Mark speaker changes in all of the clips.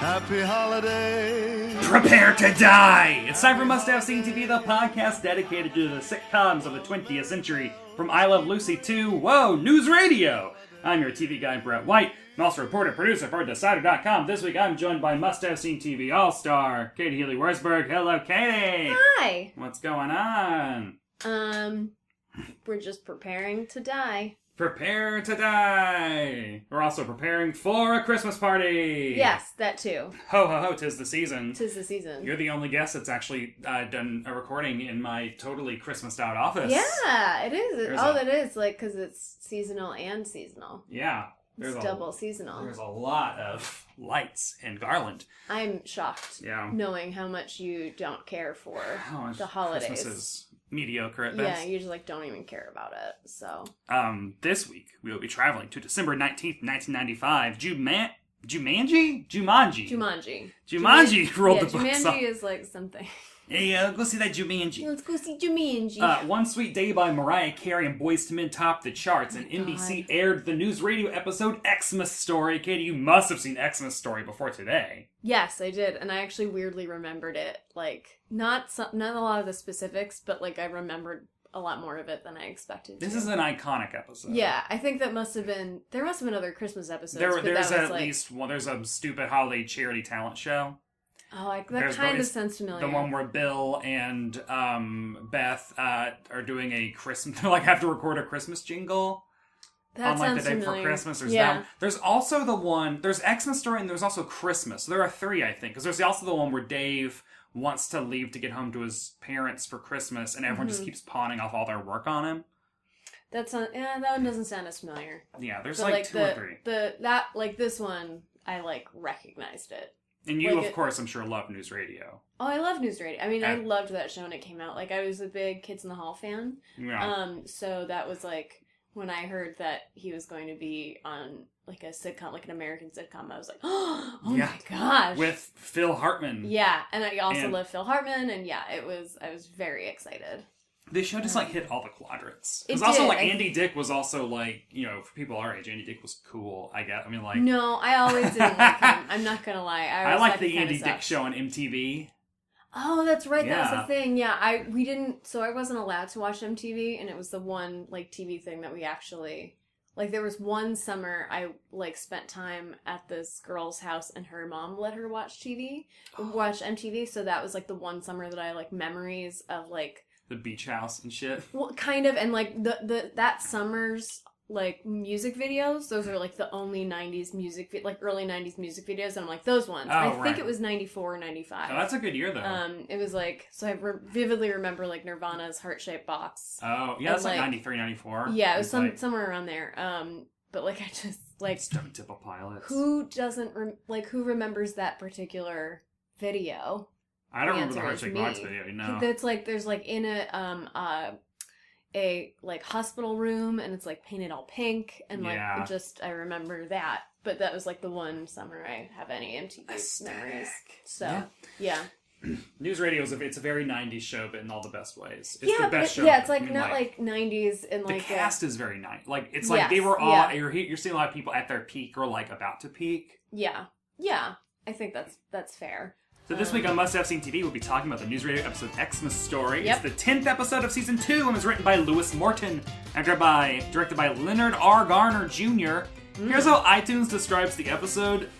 Speaker 1: Happy holiday.
Speaker 2: Prepare to die! It's time for Must Have Seen TV, the podcast dedicated to the sitcoms of the 20th century, from I Love Lucy to Whoa News Radio. I'm your TV guy Brett White, and also reporter producer for Decider.com. This week I'm joined by Must Have Seen TV All Star Katie Healy Wurzberg. Hello, Katie.
Speaker 3: Hi.
Speaker 2: What's going on?
Speaker 3: Um, we're just preparing to die.
Speaker 2: Prepare to die. We're also preparing for a Christmas party.
Speaker 3: Yes, that too.
Speaker 2: Ho ho ho! Tis the season.
Speaker 3: Tis the season.
Speaker 2: You're the only guest that's actually uh, done a recording in my totally Christmased out office.
Speaker 3: yeah, it is. It,
Speaker 2: There's
Speaker 3: oh,
Speaker 2: a-
Speaker 3: that is like because it's seasonal and seasonal.
Speaker 2: Yeah.
Speaker 3: It's
Speaker 2: a-
Speaker 3: double seasonal.
Speaker 2: There's a lot of lights and garland.
Speaker 3: I'm shocked.
Speaker 2: Yeah.
Speaker 3: Knowing how much you don't care for
Speaker 2: Oh, it's-
Speaker 3: the holidays.
Speaker 2: Christmas is mediocre at
Speaker 3: yeah,
Speaker 2: best.
Speaker 3: you just like don't even care about it. So
Speaker 2: um, this week we will be traveling to December 19th, 1995. Juman- Jumanji? Jumanji.
Speaker 3: Jumanji.
Speaker 2: Jumanji
Speaker 3: Juman-
Speaker 2: rolled
Speaker 3: yeah,
Speaker 2: the books
Speaker 3: Jumanji
Speaker 2: off.
Speaker 3: is like something.
Speaker 2: Hey, uh, go see that Jumanji.
Speaker 3: Let's go see Jumanji.
Speaker 2: Uh, One Sweet Day by Mariah Carey and Boys to Men topped the charts,
Speaker 3: Oh
Speaker 2: and NBC aired the news radio episode Xmas Story. Katie, you must have seen Xmas Story before today.
Speaker 3: Yes, I did, and I actually weirdly remembered it. Like not some, not a lot of the specifics, but like I remembered a lot more of it than I expected.
Speaker 2: This
Speaker 3: to.
Speaker 2: is an iconic episode.
Speaker 3: yeah. I think that must have been there must have been other Christmas episodes.
Speaker 2: There,
Speaker 3: but
Speaker 2: there's
Speaker 3: that was
Speaker 2: at
Speaker 3: like,
Speaker 2: least well, there's a stupid holiday charity talent show.
Speaker 3: oh, like that
Speaker 2: There's the-
Speaker 3: kind of
Speaker 2: it's
Speaker 3: sounds familiar.
Speaker 2: The one where Bill and um, Beth uh, are doing a Christmas, they like have to record a Christmas jingle
Speaker 3: that
Speaker 2: on like the
Speaker 3: sounds
Speaker 2: day
Speaker 3: familiar.
Speaker 2: before Christmas. There's
Speaker 3: yeah,
Speaker 2: that. There's also the one. There's Xmas story and there's also Christmas. So there are three, I think, because there's also the one where Dave wants to leave to get home to his parents for Christmas, and everyone
Speaker 3: Mm-hmm.
Speaker 2: just keeps pawning off all their work on him.
Speaker 3: that's not, yeah, that one doesn't sound as familiar.
Speaker 2: Yeah, there's
Speaker 3: But,
Speaker 2: like, two
Speaker 3: the
Speaker 2: or three.
Speaker 3: the that like this one, I like recognized it.
Speaker 2: And you,
Speaker 3: like
Speaker 2: of
Speaker 3: it-
Speaker 2: course, I'm sure, love News Radio.
Speaker 3: Oh, I love News Radio. I mean, I
Speaker 2: Yeah.
Speaker 3: loved that show when it came out. Like, I was a big Kids in the Hall fan.
Speaker 2: Yeah.
Speaker 3: Um, so that was like when I heard that he was going to be on like a sitcom, like an American sitcom. I was like, oh
Speaker 2: Yeah.
Speaker 3: my gosh,
Speaker 2: with Phil Hartman.
Speaker 3: yeah. And I also
Speaker 2: And-
Speaker 3: love Phil Hartman, and yeah, it was I was very excited.
Speaker 2: This show just like hit all the quadrants. It
Speaker 3: It
Speaker 2: was also
Speaker 3: did,
Speaker 2: like
Speaker 3: I-
Speaker 2: Andy Dick was also like you know for people our age, Andy Dick was cool. I guess. I mean like
Speaker 3: no, I always didn't like him. I'm not gonna lie. I,
Speaker 2: I
Speaker 3: always
Speaker 2: like
Speaker 3: thought
Speaker 2: the
Speaker 3: he kinda
Speaker 2: Andy Dick
Speaker 3: sucked.
Speaker 2: show on MTV.
Speaker 3: Oh, that's right. That
Speaker 2: Yeah.
Speaker 3: was the thing. Yeah, I we didn't. So I wasn't allowed to watch MTV, and it was the one like TV thing that we actually like. There was one summer I like spent time at this girl's house, and her mom let her watch TV, watch MTV. So that was like the one summer that I like memories of like
Speaker 2: The Beach House and shit.
Speaker 3: what kind of and like the the that summer's like music videos those are like the only 90s music vi- like early 90s music videos and i'm like those ones
Speaker 2: Oh,
Speaker 3: i think
Speaker 2: right.
Speaker 3: it was 94 95
Speaker 2: Oh, that's a good year though.
Speaker 3: um, it was like so. I re- vividly remember like Nirvana's heart shaped box.
Speaker 2: oh yeah,
Speaker 3: and,
Speaker 2: that's like,
Speaker 3: like-
Speaker 2: 93, 94.
Speaker 3: yeah, it was some
Speaker 2: like,
Speaker 3: somewhere around there. Um, but like I just like
Speaker 2: Stone Temple Pilots.
Speaker 3: who doesn't rem- like who remembers that particular video?
Speaker 2: I don't remember the
Speaker 3: answer
Speaker 2: Heart
Speaker 3: is
Speaker 2: Shaped
Speaker 3: me.
Speaker 2: Box video. No.
Speaker 3: That's like there's like in a um uh a like hospital room and it's like painted all pink and like
Speaker 2: Yeah.
Speaker 3: just I remember that. But that was like the one summer I have any MTV memories.
Speaker 2: Aesthetic.
Speaker 3: So
Speaker 2: Yeah.
Speaker 3: yeah.
Speaker 2: News Radio is a, it's a very 90s show, but in all the best ways. It's
Speaker 3: yeah,
Speaker 2: the
Speaker 3: but
Speaker 2: best
Speaker 3: it-
Speaker 2: show.
Speaker 3: yeah, it's
Speaker 2: I
Speaker 3: like
Speaker 2: mean,
Speaker 3: not like, 90s and
Speaker 2: the
Speaker 3: like a-
Speaker 2: cast is very nice. Like it's like they
Speaker 3: Yes,
Speaker 2: were all
Speaker 3: yeah.
Speaker 2: you're he- you're seeing a lot of people at their peak or like about to peak.
Speaker 3: yeah, yeah. I think that's that's fair.
Speaker 2: So this week on Must Have Seen TV, we'll be talking about the News Radio episode Xmas Story.
Speaker 3: Yep.
Speaker 2: It's the 10th episode of season 2 and was written by Lewis Morton and directed by, directed by Leonard R. Garner Jr.
Speaker 3: Mm.
Speaker 2: Here's how iTunes describes the episode.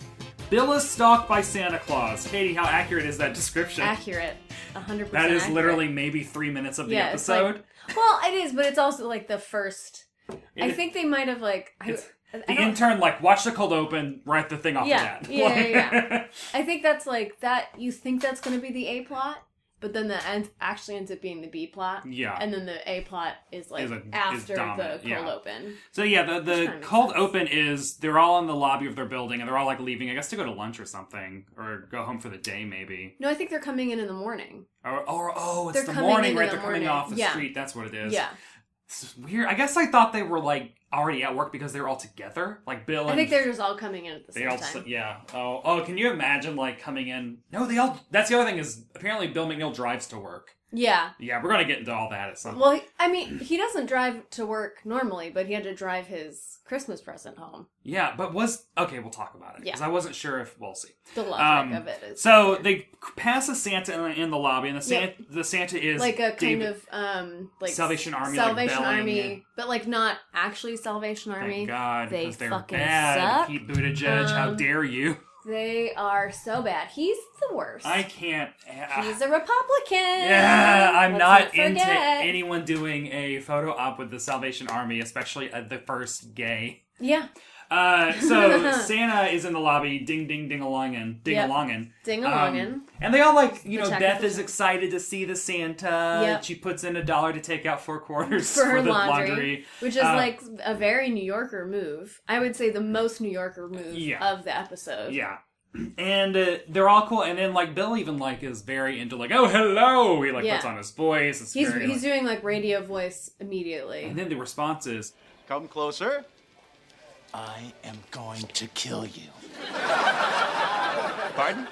Speaker 2: Bill is stalked by Santa Claus. Katie, how accurate is that description?
Speaker 3: Accurate. 100%.
Speaker 2: that is
Speaker 3: accurate.
Speaker 2: literally maybe three minutes of the
Speaker 3: yeah, it's
Speaker 2: episode.
Speaker 3: like- well, it is, but it's also like the first. I
Speaker 2: It-
Speaker 3: think they might have like. I,
Speaker 2: It's-
Speaker 3: I
Speaker 2: the
Speaker 3: don't-
Speaker 2: intern like watch the cold open, write the thing off
Speaker 3: Yeah,
Speaker 2: of that.
Speaker 3: yeah, yeah, yeah. I think that's like that. You think that's going to be the A plot, but then the end actually ends up being the B plot.
Speaker 2: Yeah.
Speaker 3: And then the A plot is like
Speaker 2: Is a- is
Speaker 3: after the
Speaker 2: dominant,
Speaker 3: cold
Speaker 2: yeah.
Speaker 3: open.
Speaker 2: So yeah, the
Speaker 3: Which
Speaker 2: the
Speaker 3: kinda
Speaker 2: cold
Speaker 3: makes sense.
Speaker 2: open is they're all in the lobby of their building and they're all like leaving, I guess to go to lunch or something or go home for the day maybe.
Speaker 3: No, I think they're coming in in the morning.
Speaker 2: Or, or oh, it's
Speaker 3: They're
Speaker 2: the
Speaker 3: coming
Speaker 2: morning,
Speaker 3: in
Speaker 2: right?
Speaker 3: in the
Speaker 2: They're coming
Speaker 3: morning.
Speaker 2: off the
Speaker 3: Yeah.
Speaker 2: street. That's what it is.
Speaker 3: Yeah.
Speaker 2: This is weird. I guess I thought they were like already at work because they were all together, like Bill. And
Speaker 3: I think they're just all coming in at the
Speaker 2: they
Speaker 3: same
Speaker 2: all
Speaker 3: time.
Speaker 2: yeah. Oh oh, can you imagine like coming in? No, they all. That's the other thing is apparently Bill McNeil drives to work.
Speaker 3: Yeah.
Speaker 2: Yeah, we're gonna get into all that at some.
Speaker 3: Well, he- I mean, he doesn't drive to work normally, but he had to drive his Christmas present home.
Speaker 2: Yeah, but was okay. We'll talk about it because
Speaker 3: Yeah.
Speaker 2: I wasn't sure if we'll see.
Speaker 3: The logic
Speaker 2: Um,
Speaker 3: of it is
Speaker 2: So they pass a Santa in the, in the lobby, and the Santa,
Speaker 3: Yep.
Speaker 2: the Santa is
Speaker 3: like a kind
Speaker 2: David-
Speaker 3: of um like
Speaker 2: Salvation Army, like,
Speaker 3: Salvation
Speaker 2: bellowing
Speaker 3: Army,
Speaker 2: in.
Speaker 3: but like not actually Salvation
Speaker 2: Thank
Speaker 3: Army.
Speaker 2: God,
Speaker 3: they
Speaker 2: because they're
Speaker 3: fucking
Speaker 2: bad.
Speaker 3: suck.
Speaker 2: Pete Buttigieg, how
Speaker 3: Um,
Speaker 2: dare you?
Speaker 3: They are so bad. He's the worst.
Speaker 2: I can't. ah.
Speaker 3: He's a Republican.
Speaker 2: yeah, I'm not
Speaker 3: Let's
Speaker 2: into
Speaker 3: forget.
Speaker 2: anyone doing a photo op with the Salvation Army, especially uh, the first gay.
Speaker 3: Yeah,
Speaker 2: Uh, so Santa is in the lobby, ding ding ding alongin, ding alongin,
Speaker 3: Ding alongin.
Speaker 2: and they all like you know.
Speaker 3: check
Speaker 2: Beth
Speaker 3: the
Speaker 2: is
Speaker 3: check.
Speaker 2: excited to see the Santa.
Speaker 3: Yep.
Speaker 2: She puts in a dollar to take out four quarters
Speaker 3: for her
Speaker 2: the
Speaker 3: laundry, which is
Speaker 2: Uh,
Speaker 3: like a very New Yorker move. I would say the most New Yorker move
Speaker 2: Yeah.
Speaker 3: of the episode.
Speaker 2: Yeah. And uh, they're all cool, and then like Bill even like is very into like oh hello he like
Speaker 3: Yeah.
Speaker 2: puts on his voice. It's
Speaker 3: he's
Speaker 2: very, like-
Speaker 3: he's doing like radio voice immediately.
Speaker 2: and then the response is
Speaker 1: Come closer.
Speaker 4: I am going to kill you.
Speaker 1: Pardon?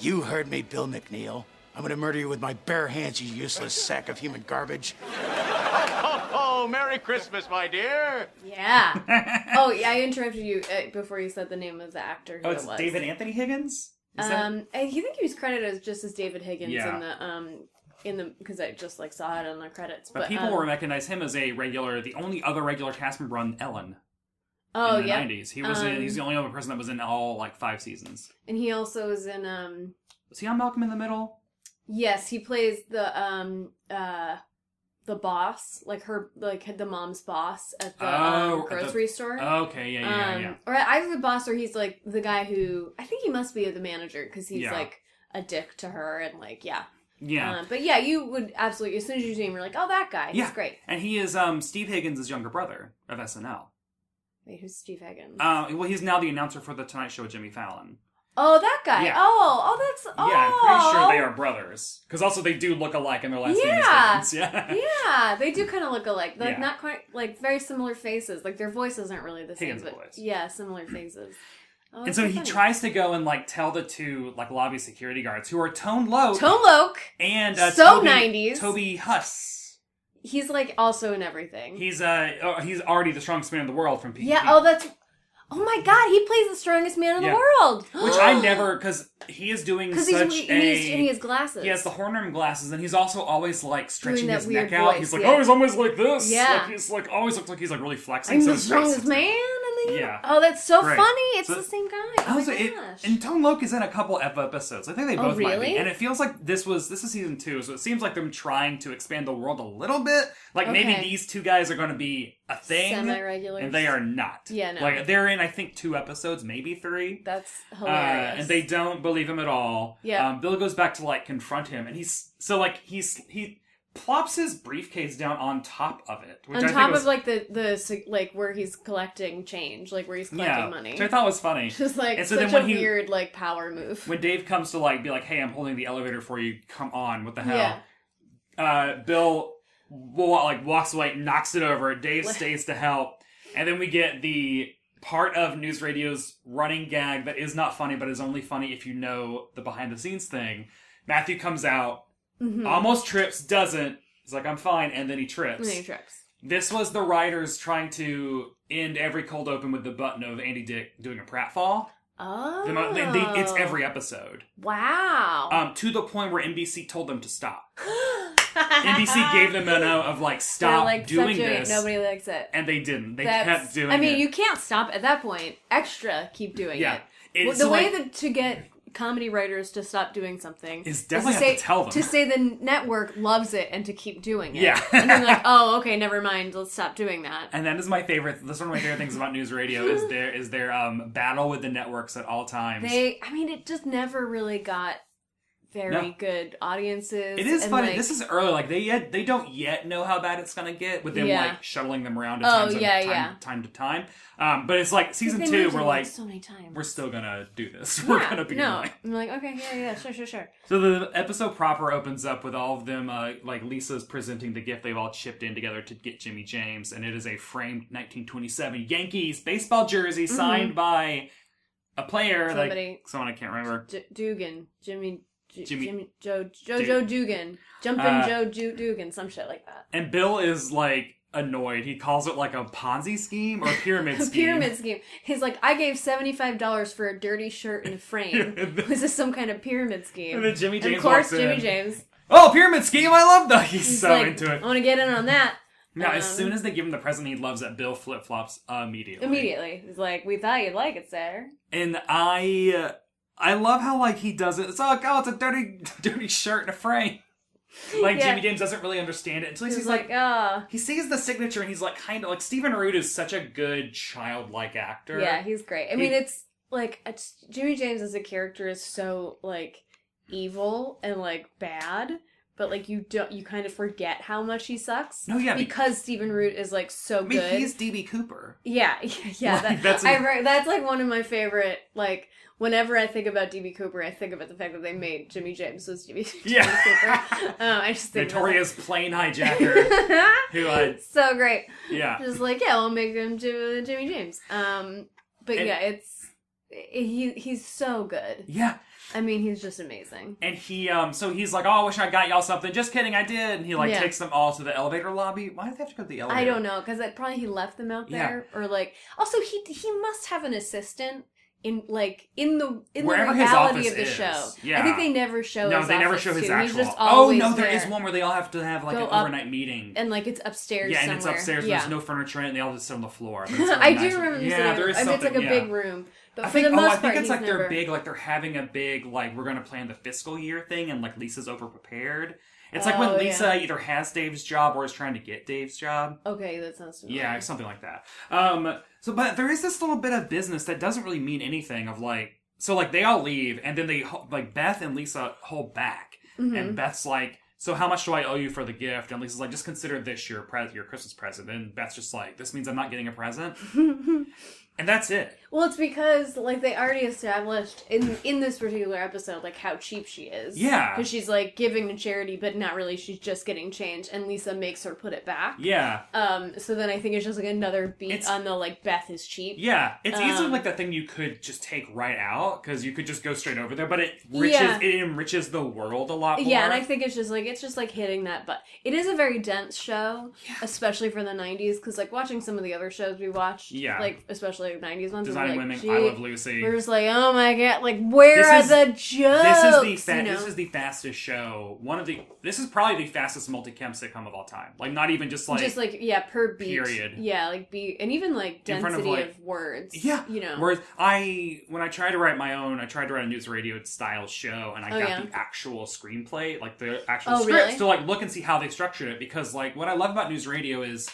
Speaker 4: You heard me, Bill McNeil. I'm going to murder you with my bare hands, you useless sack of human garbage.
Speaker 1: Oh, Merry Christmas, my dear.
Speaker 3: Yeah. oh, yeah. I interrupted you uh, before you said the name of the actor. Who
Speaker 2: oh it's
Speaker 3: it was.
Speaker 2: David Anthony Higgins. Is that-
Speaker 3: Um, I he- think he was credited as just as David Higgins
Speaker 2: Yeah.
Speaker 3: in the um in the because I just like saw it on the credits.
Speaker 2: but,
Speaker 3: But,
Speaker 2: people
Speaker 3: um,
Speaker 2: will recognize him as a regular, the only other regular cast member on Ellen
Speaker 3: oh
Speaker 2: in the
Speaker 3: yeah, Um,
Speaker 2: '90s. He was in, he's the only other person that was in all like five seasons.
Speaker 3: and he also was in um
Speaker 2: Was he on Malcolm in the Middle?
Speaker 3: yes he plays the um uh the boss like her like the mom's boss at the
Speaker 2: Oh, at
Speaker 3: um,
Speaker 2: the-
Speaker 3: grocery store.
Speaker 2: Okay, yeah, yeah,
Speaker 3: um,
Speaker 2: yeah.
Speaker 3: Or either the boss or he's like the guy who I think he must be the manager because he's
Speaker 2: Yeah.
Speaker 3: like a dick to her and like yeah.
Speaker 2: Yeah.
Speaker 3: Um, but yeah, you would absolutely as soon as you see him, you're like, oh that guy, he's
Speaker 2: yeah,
Speaker 3: great.
Speaker 2: And he is um, Steve Higgins' younger brother of SNL.
Speaker 3: Wait, who's Steve Higgins?
Speaker 2: Uh, well, he's now the announcer for the Tonight Show with Jimmy Fallon.
Speaker 3: Oh, that guy.
Speaker 2: Yeah.
Speaker 3: Oh, oh, that's. Oh.
Speaker 2: Yeah, I'm pretty sure they are brothers. Because also they do look alike in their last name is
Speaker 3: Yeah.
Speaker 2: Higgins. Yeah.
Speaker 3: Yeah, they do kind of look alike. Like
Speaker 2: Yeah.
Speaker 3: not quite like very similar faces. Like their voices aren't really the same,
Speaker 2: Higgins'
Speaker 3: but
Speaker 2: voice.
Speaker 3: yeah, similar faces. Oh,
Speaker 2: And
Speaker 3: that's
Speaker 2: so he
Speaker 3: funny.
Speaker 2: tries to go and like tell the two like lobby security guards who are Tone Low
Speaker 3: Tone Loc.
Speaker 2: and uh,
Speaker 3: so
Speaker 2: Toby,
Speaker 3: 90s.
Speaker 2: Toby Huss.
Speaker 3: He's like also in everything.
Speaker 2: He's uh oh, he's already the strongest man in the world from E PvP.
Speaker 3: yeah. Oh, that's. Oh my God, he plays the strongest man in
Speaker 2: Yeah.
Speaker 3: the world.
Speaker 2: which I never because he is doing
Speaker 3: Because
Speaker 2: such
Speaker 3: he's
Speaker 2: a
Speaker 3: we- and he's and he has glasses.
Speaker 2: He has the horn rimmed glasses, and he's also always like stretching
Speaker 3: that
Speaker 2: his neck
Speaker 3: weird
Speaker 2: out.
Speaker 3: voice,
Speaker 2: He's like,
Speaker 3: yeah.
Speaker 2: oh, he's always like this.
Speaker 3: Yeah.
Speaker 2: like, he's like always looks like he's like really flexing.
Speaker 3: I'm
Speaker 2: so
Speaker 3: the
Speaker 2: his face
Speaker 3: strongest
Speaker 2: is-
Speaker 3: man in the
Speaker 2: Yeah.
Speaker 3: Oh, that's so
Speaker 2: Great.
Speaker 3: funny. It's
Speaker 2: So-
Speaker 3: the same guy. Oh my
Speaker 2: Also, it-
Speaker 3: gosh.
Speaker 2: and Tone Loc is in a couple of episodes. I think they
Speaker 3: Oh,
Speaker 2: both might be.
Speaker 3: really?
Speaker 2: And it feels like this was this is season two, so it seems like they're trying to expand the world a little bit. Like maybe
Speaker 3: Okay.
Speaker 2: these two guys are going to be a thing,
Speaker 3: Semi-regulars.
Speaker 2: and they are not.
Speaker 3: Yeah, no.
Speaker 2: Like they're in I think two episodes, maybe three.
Speaker 3: that's
Speaker 2: Uh,
Speaker 3: hilarious.
Speaker 2: and they don't believe him at all.
Speaker 3: Yeah.
Speaker 2: Um, Bill goes back to like confront him, and he's so like he's he plops his briefcase down on top of it, which
Speaker 3: on
Speaker 2: I
Speaker 3: top
Speaker 2: think was,
Speaker 3: of like the the sig- like where he's collecting change, like where he's collecting
Speaker 2: yeah,
Speaker 3: money.
Speaker 2: which I thought was funny.
Speaker 3: Just like
Speaker 2: and so
Speaker 3: such
Speaker 2: then when he
Speaker 3: a weird like power move.
Speaker 2: when Dave comes to like be like, "Hey, I'm holding the elevator for you. Come on, what the
Speaker 3: Yeah.
Speaker 2: hell?" Uh, Bill wa- like walks away, knocks it over. Dave stays to help, and then we get the part of news radio's running gag that is not funny, but is only funny if you know the behind the scenes thing. Matthew comes out,
Speaker 3: Hmm. Mm-hmm.
Speaker 2: almost trips, doesn't. He's like, "I'm fine," and then he trips.
Speaker 3: Mini trips.
Speaker 2: This was the writers trying to end every cold open with the button of Andy Dick doing a pratfall.
Speaker 3: Oh.
Speaker 2: The mo- they- they- it's every episode.
Speaker 3: Wow.
Speaker 2: Um, to the point where NBC told them to stop. Uh, NBC gave them a note of like,
Speaker 3: They're
Speaker 2: stop
Speaker 3: like,
Speaker 2: doing
Speaker 3: "Stop
Speaker 2: this,
Speaker 3: Nobody likes it.
Speaker 2: and they didn't. They
Speaker 3: That's-
Speaker 2: kept doing.
Speaker 3: I mean,
Speaker 2: it.
Speaker 3: you can't stop at that point. Extra, keep doing
Speaker 2: Yeah.
Speaker 3: it.
Speaker 2: It-
Speaker 3: Well, the
Speaker 2: so,
Speaker 3: way
Speaker 2: like-
Speaker 3: that to get comedy writers to stop doing something
Speaker 2: Is definitely
Speaker 3: to
Speaker 2: have
Speaker 3: say,
Speaker 2: to tell them.
Speaker 3: to say the network loves it and to keep doing it.
Speaker 2: Yeah.
Speaker 3: and then like, oh, okay, never mind. Let's stop doing that.
Speaker 2: And that is my favorite. That's one of my favorite things about news radio is their is their um, battle with the networks at all times.
Speaker 3: They, I mean, it just never really got very
Speaker 2: No.
Speaker 3: good audiences.
Speaker 2: it is
Speaker 3: and,
Speaker 2: funny.
Speaker 3: like-
Speaker 2: this is early. Like they yet they don't yet know how bad it's gonna get with them
Speaker 3: Yeah.
Speaker 2: like shuttling them around. To
Speaker 3: Oh,
Speaker 2: times
Speaker 3: yeah,
Speaker 2: time,
Speaker 3: yeah.
Speaker 2: time to time. Um, but it's like season
Speaker 3: they
Speaker 2: two.
Speaker 3: moved
Speaker 2: We're
Speaker 3: it
Speaker 2: like
Speaker 3: so many times.
Speaker 2: we're still gonna do this.
Speaker 3: Yeah,
Speaker 2: We're gonna be
Speaker 3: no.
Speaker 2: annoying.
Speaker 3: I'm like, okay, yeah, yeah, sure, sure, sure.
Speaker 2: So the episode proper opens up with all of them, uh, like Lisa's presenting the gift they've all chipped in together to get Jimmy James, and it is a framed 1927 Yankees baseball jersey signed by a player,
Speaker 3: Mm-hmm. Somebody.
Speaker 2: like someone I can't remember.
Speaker 3: J- Dugan, Jimmy, J-
Speaker 2: Jimmy-
Speaker 3: Jimmy, Joe, Jojo Dugan, Jumpin'
Speaker 2: Uh,
Speaker 3: Joe Ju- Dugan, some shit like that.
Speaker 2: And Bill is like annoyed. He calls it like a Ponzi scheme or pyramid
Speaker 3: A
Speaker 2: scheme.
Speaker 3: pyramid scheme. He's like, I gave seventy five dollars for a dirty shirt and a frame. Was this some kind of pyramid scheme?
Speaker 2: And then Jimmy
Speaker 3: And
Speaker 2: James
Speaker 3: of
Speaker 2: walks
Speaker 3: course,
Speaker 2: in.
Speaker 3: Jimmy James.
Speaker 2: Oh, pyramid scheme! I love that. He's,
Speaker 3: He's
Speaker 2: so
Speaker 3: like,
Speaker 2: into it.
Speaker 3: I want to get in on that
Speaker 2: Now, as
Speaker 3: um,
Speaker 2: soon as they give him the present, he loves it. Bill flip flops immediately.
Speaker 3: immediately. He's like, we thought you'd like it, sir.
Speaker 2: and I uh, I love how like he does it. It's like oh, it's a dirty dirty shirt and a frame. Like
Speaker 3: Yeah.
Speaker 2: Jimmy James doesn't really understand it until he
Speaker 3: He's
Speaker 2: sees
Speaker 3: like,
Speaker 2: like,
Speaker 3: ah,
Speaker 2: he sees the signature and he's like kind of like Stephen Root is such a good childlike actor.
Speaker 3: yeah, he's great. I mean,
Speaker 2: He-
Speaker 3: it's like it's, Jimmy James as a character is so like evil and like bad. But like you don't, you kind of forget how much he sucks.
Speaker 2: No, yeah, be-
Speaker 3: because Stephen Root is like so
Speaker 2: I mean
Speaker 3: good.
Speaker 2: he's DB Cooper.
Speaker 3: Yeah, yeah,
Speaker 2: Like,
Speaker 3: that,
Speaker 2: that's
Speaker 3: that's
Speaker 2: a-
Speaker 3: that's like one of my favorite. Like whenever I think about DB Cooper, I think about the fact that they made Jimmy James was Jimmy,
Speaker 2: Yeah.
Speaker 3: James Cooper. Um, I just think about
Speaker 2: Notorious plane hijacker
Speaker 3: that.
Speaker 2: who I
Speaker 3: so great.
Speaker 2: yeah.
Speaker 3: Just like yeah, we'll make him Jimmy, Jimmy James. Um, but
Speaker 2: And-
Speaker 3: yeah, it's he he's so good.
Speaker 2: Yeah,
Speaker 3: I mean, he's just amazing.
Speaker 2: and he um, so he's like, "Oh, I wish I got y'all something." Just kidding, I did. And he like
Speaker 3: Yeah.
Speaker 2: takes them all to the elevator lobby. Why do they have to go to the elevator?
Speaker 3: I don't know because probably he left them out
Speaker 2: Oh, Yeah.
Speaker 3: there or like also he he must have an assistant in like in the in
Speaker 2: Wherever
Speaker 3: the
Speaker 2: his
Speaker 3: reality
Speaker 2: office
Speaker 3: of the
Speaker 2: is,
Speaker 3: show.
Speaker 2: yeah.
Speaker 3: I think they never show.
Speaker 2: No,
Speaker 3: his
Speaker 2: they never
Speaker 3: office,
Speaker 2: show his
Speaker 3: too.
Speaker 2: actual.
Speaker 3: He's just
Speaker 2: oh
Speaker 3: always
Speaker 2: no,
Speaker 3: there
Speaker 2: is one where they all have to have like
Speaker 3: Go
Speaker 2: an
Speaker 3: up
Speaker 2: overnight meeting.
Speaker 3: and like it's upstairs.
Speaker 2: yeah, and it's
Speaker 3: somewhere.
Speaker 2: upstairs.
Speaker 3: Yeah.
Speaker 2: There's no furniture in it. and They all just sit on the floor. But it's really
Speaker 3: I do
Speaker 2: nice.
Speaker 3: remember. him
Speaker 2: Yeah, there
Speaker 3: saying that.
Speaker 2: is
Speaker 3: I mean,
Speaker 2: something.
Speaker 3: it's like a
Speaker 2: yeah.
Speaker 3: big room, but
Speaker 2: I
Speaker 3: for
Speaker 2: think,
Speaker 3: the most
Speaker 2: oh, I
Speaker 3: part,
Speaker 2: think it's
Speaker 3: he's
Speaker 2: like
Speaker 3: never...
Speaker 2: they're big, like they're having a big, like we're gonna plan the fiscal year thing, and like Lisa's overprepared. It's like
Speaker 3: Oh,
Speaker 2: when
Speaker 3: yeah.
Speaker 2: Lisa either has Dave's job or is trying to get Dave's job.
Speaker 3: Okay, that sounds familiar.
Speaker 2: Yeah, something like that. Um, so but there is this little bit of business that doesn't really mean anything. Of like, so like they all leave, and then they ho- like Beth and Lisa hold back,
Speaker 3: Mm-hmm.
Speaker 2: and Beth's like, "So how much do I owe you for the gift?" And Lisa's like, "Just consider this your pre- your Christmas present." And Beth's just like, "This means I'm not getting a present," and that's it.
Speaker 3: Well, it's because like they already established in in this particular episode like how cheap she is.
Speaker 2: Yeah.
Speaker 3: because she's like giving to charity, but not really. She's just getting change, and Lisa makes her put it back.
Speaker 2: Yeah,
Speaker 3: Um. So then I think it's just like another beat
Speaker 2: It's-
Speaker 3: on the like Beth is cheap.
Speaker 2: yeah. It's easily
Speaker 3: Um,
Speaker 2: like that thing you could just take right out because you could just go straight over there, but it riches
Speaker 3: Yeah.
Speaker 2: it enriches the world a lot. More.
Speaker 3: Yeah, and I think it's just like it's just like hitting that but It is a very dense show, especially for the '90s, because like watching some of the other shows we watched,
Speaker 2: Yeah.
Speaker 3: like especially '90s ones,
Speaker 2: Designing
Speaker 3: we're like,
Speaker 2: Women, I
Speaker 3: gee,
Speaker 2: Love Lucy.
Speaker 3: We're just like, oh my god, like where
Speaker 2: This
Speaker 3: are
Speaker 2: is-
Speaker 3: the jokes?
Speaker 2: This is the fa-
Speaker 3: you know?
Speaker 2: this is the fastest show. One of the this is probably the fastest multicam sitcom of all time. Like not even just like
Speaker 3: just like yeah, per beat,
Speaker 2: period.
Speaker 3: yeah, like beat, and even like
Speaker 2: In front
Speaker 3: density
Speaker 2: of,
Speaker 3: of,
Speaker 2: like-
Speaker 3: words,
Speaker 2: yeah,
Speaker 3: you know,
Speaker 2: Whereas I when I tried to write my own, I tried to write a news radio style show, and I
Speaker 3: Oh,
Speaker 2: got
Speaker 3: yeah.
Speaker 2: the actual screenplay, like the actual
Speaker 3: Oh,
Speaker 2: scripts
Speaker 3: really?
Speaker 2: to like look and see how they structured it. Because like what I love about news radio is.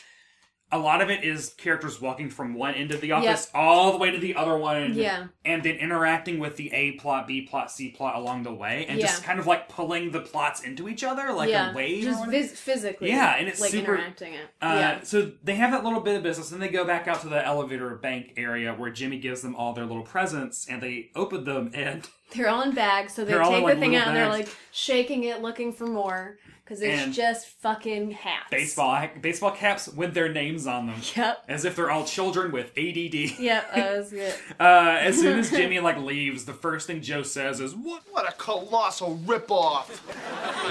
Speaker 2: A lot of it is characters walking from one end of the office all the way to the other one,
Speaker 3: Yeah.
Speaker 2: and then interacting with the A plot, B plot, C plot along the way, and just
Speaker 3: Yeah.
Speaker 2: kind of like pulling the plots into each other, like
Speaker 3: yeah,
Speaker 2: a wave. or
Speaker 3: just
Speaker 2: whatever.
Speaker 3: vis- physically,
Speaker 2: Yeah, and it's
Speaker 3: like
Speaker 2: super-
Speaker 3: interacting it,
Speaker 2: Uh,
Speaker 3: yeah,
Speaker 2: So they have that little bit of business, and they go back out to the elevator bank area where Jimmy gives them all their little presents, and they open them, and
Speaker 3: They're all in bags, so they
Speaker 2: They're all in,
Speaker 3: take
Speaker 2: like,
Speaker 3: the thing
Speaker 2: little
Speaker 3: out and they're
Speaker 2: bags.
Speaker 3: like shaking it, looking for more, because it's
Speaker 2: And-
Speaker 3: just fucking hats.
Speaker 2: baseball baseball caps with their names on them,
Speaker 3: Yep.
Speaker 2: as if they're all children with ADD.
Speaker 3: Yep. I was good.
Speaker 2: Uh, as soon as Jimmy like leaves, the first thing Joe says is "What?"
Speaker 5: What a colossal ripoff!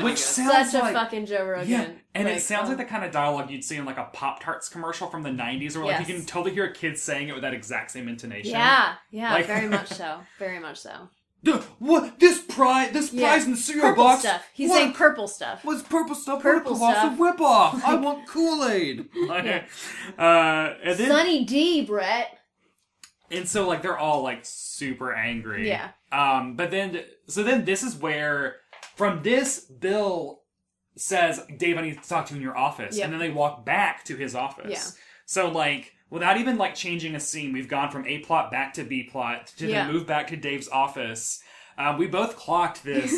Speaker 2: Which sounds
Speaker 3: Such a
Speaker 2: like
Speaker 3: fucking Joe Rogan.
Speaker 2: yeah, and it
Speaker 3: Like,
Speaker 2: sounds
Speaker 3: um,
Speaker 2: like the kind of dialogue you'd see in like a Pop Tarts commercial from the '90s, where like you
Speaker 3: Yes.
Speaker 2: can totally hear a kid saying it with that exact same intonation.
Speaker 3: Yeah. Yeah.
Speaker 2: Like-
Speaker 3: very much so. Very much so.
Speaker 2: Duh, what this prize? This
Speaker 3: Yeah.
Speaker 2: prize in the cereal
Speaker 3: purple
Speaker 2: box?
Speaker 3: stuff. He's
Speaker 2: What?
Speaker 3: saying purple stuff.
Speaker 2: What's purple stuff?
Speaker 3: Purple
Speaker 2: what a colossal
Speaker 3: stuff.
Speaker 2: ripoff! I want Kool Aid. uh, and then
Speaker 3: Sunny D, Brett.
Speaker 2: and so like they're all like super angry.
Speaker 3: Yeah.
Speaker 2: Um, but then so then this is where from this Bill says, Dave, I need to talk to you in your office.
Speaker 3: Yep.
Speaker 2: And then they walk back to his office.
Speaker 3: Yeah.
Speaker 2: So like without even like changing a scene, we've gone from A plot back to B plot to
Speaker 3: Yeah.
Speaker 2: then move back to Dave's office. Um, we both clocked this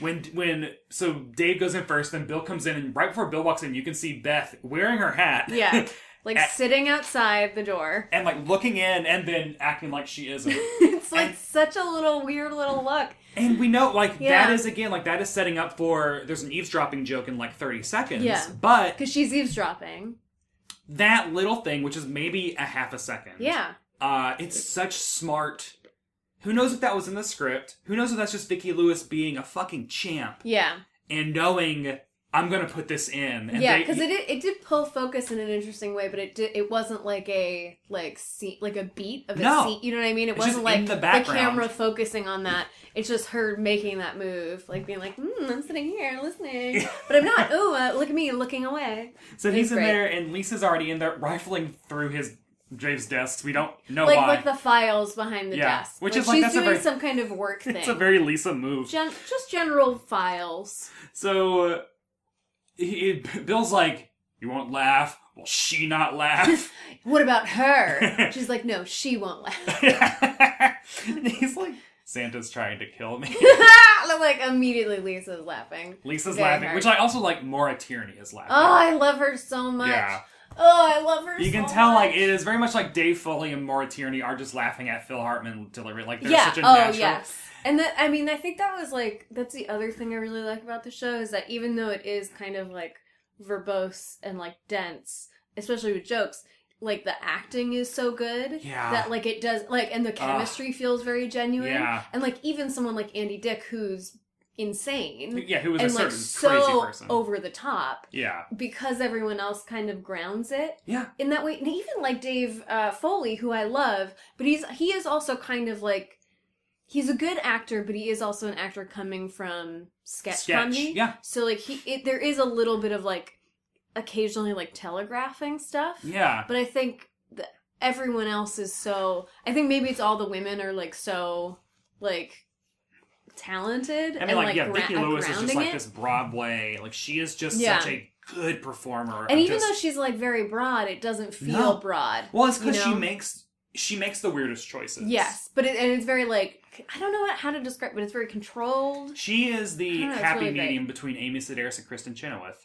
Speaker 2: when when so Dave goes in first, then Bill comes in, and right before Bill walks in, you can see Beth wearing her hat.
Speaker 3: Yeah. Like
Speaker 2: At-
Speaker 3: sitting outside the door.
Speaker 2: and like looking in and then acting like she isn't.
Speaker 3: It's like such a little weird little look.
Speaker 2: And we know, like,
Speaker 3: Yeah.
Speaker 2: that is again, like, that is setting up for there's an eavesdropping joke in like 30 seconds.
Speaker 3: Yeah.
Speaker 2: But
Speaker 3: Because she's eavesdropping.
Speaker 2: that little thing, which is maybe a half a second.
Speaker 3: Yeah.
Speaker 2: Uh, it's such smart. Who knows if that was in the script? Who knows if that's just Vicki Lewis being a fucking champ
Speaker 3: Yeah.
Speaker 2: and knowing I'm gonna put this in. And
Speaker 3: yeah,
Speaker 2: they-
Speaker 3: because it, did- it did pull focus in an interesting way, but it did, it wasn't like a like scene, like a beat of a
Speaker 2: No.
Speaker 3: scene. You know what I mean? It
Speaker 2: It's just
Speaker 3: wasn't like
Speaker 2: in the background.
Speaker 3: camera focusing on that. It's just her making that move, like being like, mm, "I'm sitting here listening, but I'm not." Oh, uh, look at me looking away.
Speaker 2: So he's
Speaker 3: It's
Speaker 2: in
Speaker 3: great.
Speaker 2: there, and Lisa's already in there rifling through his James desks. We don't know
Speaker 3: Like
Speaker 2: Oh, why.
Speaker 3: like the files behind the
Speaker 2: Yeah.
Speaker 3: desk,
Speaker 2: Which is like,
Speaker 3: she's
Speaker 2: that's a
Speaker 3: doing
Speaker 2: very-
Speaker 3: some kind of work thing.
Speaker 2: it's a very Lisa move.
Speaker 3: Gen- just general files.
Speaker 2: So uh, he, he- Bill's like, "You won't laugh. Will she not laugh?"
Speaker 3: What about her? She's like, "No, she won't laugh."
Speaker 2: And he's like, "Santa's trying to kill me."
Speaker 3: like immediately, Lisa's laughing.
Speaker 2: Lisa's
Speaker 3: Very
Speaker 2: laughing,
Speaker 3: hard.
Speaker 2: which I also like. Maura Tierney is laughing.
Speaker 3: Oh, I love her so much.
Speaker 2: Yeah.
Speaker 3: Oh, I love her.
Speaker 2: you can
Speaker 3: so
Speaker 2: tell
Speaker 3: much.
Speaker 2: like it is very much like Dave Foley and Maura Tierney are just laughing at Phil Hartman delivery. Like there's
Speaker 3: yeah.
Speaker 2: such a
Speaker 3: oh,
Speaker 2: natural.
Speaker 3: yes. And that I mean, I think that was like that's the other thing I really like about the show is that even though it is kind of like verbose and like dense, especially with jokes, like the acting is so good
Speaker 2: Yeah.
Speaker 3: that like it does like and the chemistry feels very genuine.
Speaker 2: Yeah.
Speaker 3: And like even someone like Andy Dick who's insane
Speaker 2: Yeah, who is
Speaker 3: and
Speaker 2: a
Speaker 3: like
Speaker 2: certain
Speaker 3: so
Speaker 2: crazy person.
Speaker 3: over the top
Speaker 2: yeah.
Speaker 3: because everyone else kind of grounds it
Speaker 2: Yeah.
Speaker 3: in that way and even like dave uh, foley who i love but he's he is also kind of like he's a good actor but he is also an actor coming from sketch,
Speaker 2: Sketch,
Speaker 3: comedy
Speaker 2: yeah.
Speaker 3: so like he it, there is a little bit of like occasionally like telegraphing stuff
Speaker 2: Yeah.
Speaker 3: but i think that everyone else is so i think maybe it's all the women are like so like talented
Speaker 2: I mean,
Speaker 3: and
Speaker 2: like,
Speaker 3: like,
Speaker 2: yeah,
Speaker 3: gra-
Speaker 2: Vicki
Speaker 3: uh,
Speaker 2: Lewis is just
Speaker 3: grounding
Speaker 2: like
Speaker 3: it.
Speaker 2: this Broadway. Like she is just
Speaker 3: Yeah.
Speaker 2: such a good performer. of
Speaker 3: and even
Speaker 2: just-
Speaker 3: though she's like very broad it doesn't feel
Speaker 2: No.
Speaker 3: broad
Speaker 2: Well, it's
Speaker 3: you
Speaker 2: because she
Speaker 3: know?
Speaker 2: makes she makes the weirdest choices.
Speaker 3: Yes, but it, and it's very like I don't know what, how to describe, but it's very controlled.
Speaker 2: she is the
Speaker 3: I don't know, it's
Speaker 2: happy
Speaker 3: really great. Mm.
Speaker 2: medium between Amy Sedaris and Kristen Chenoweth.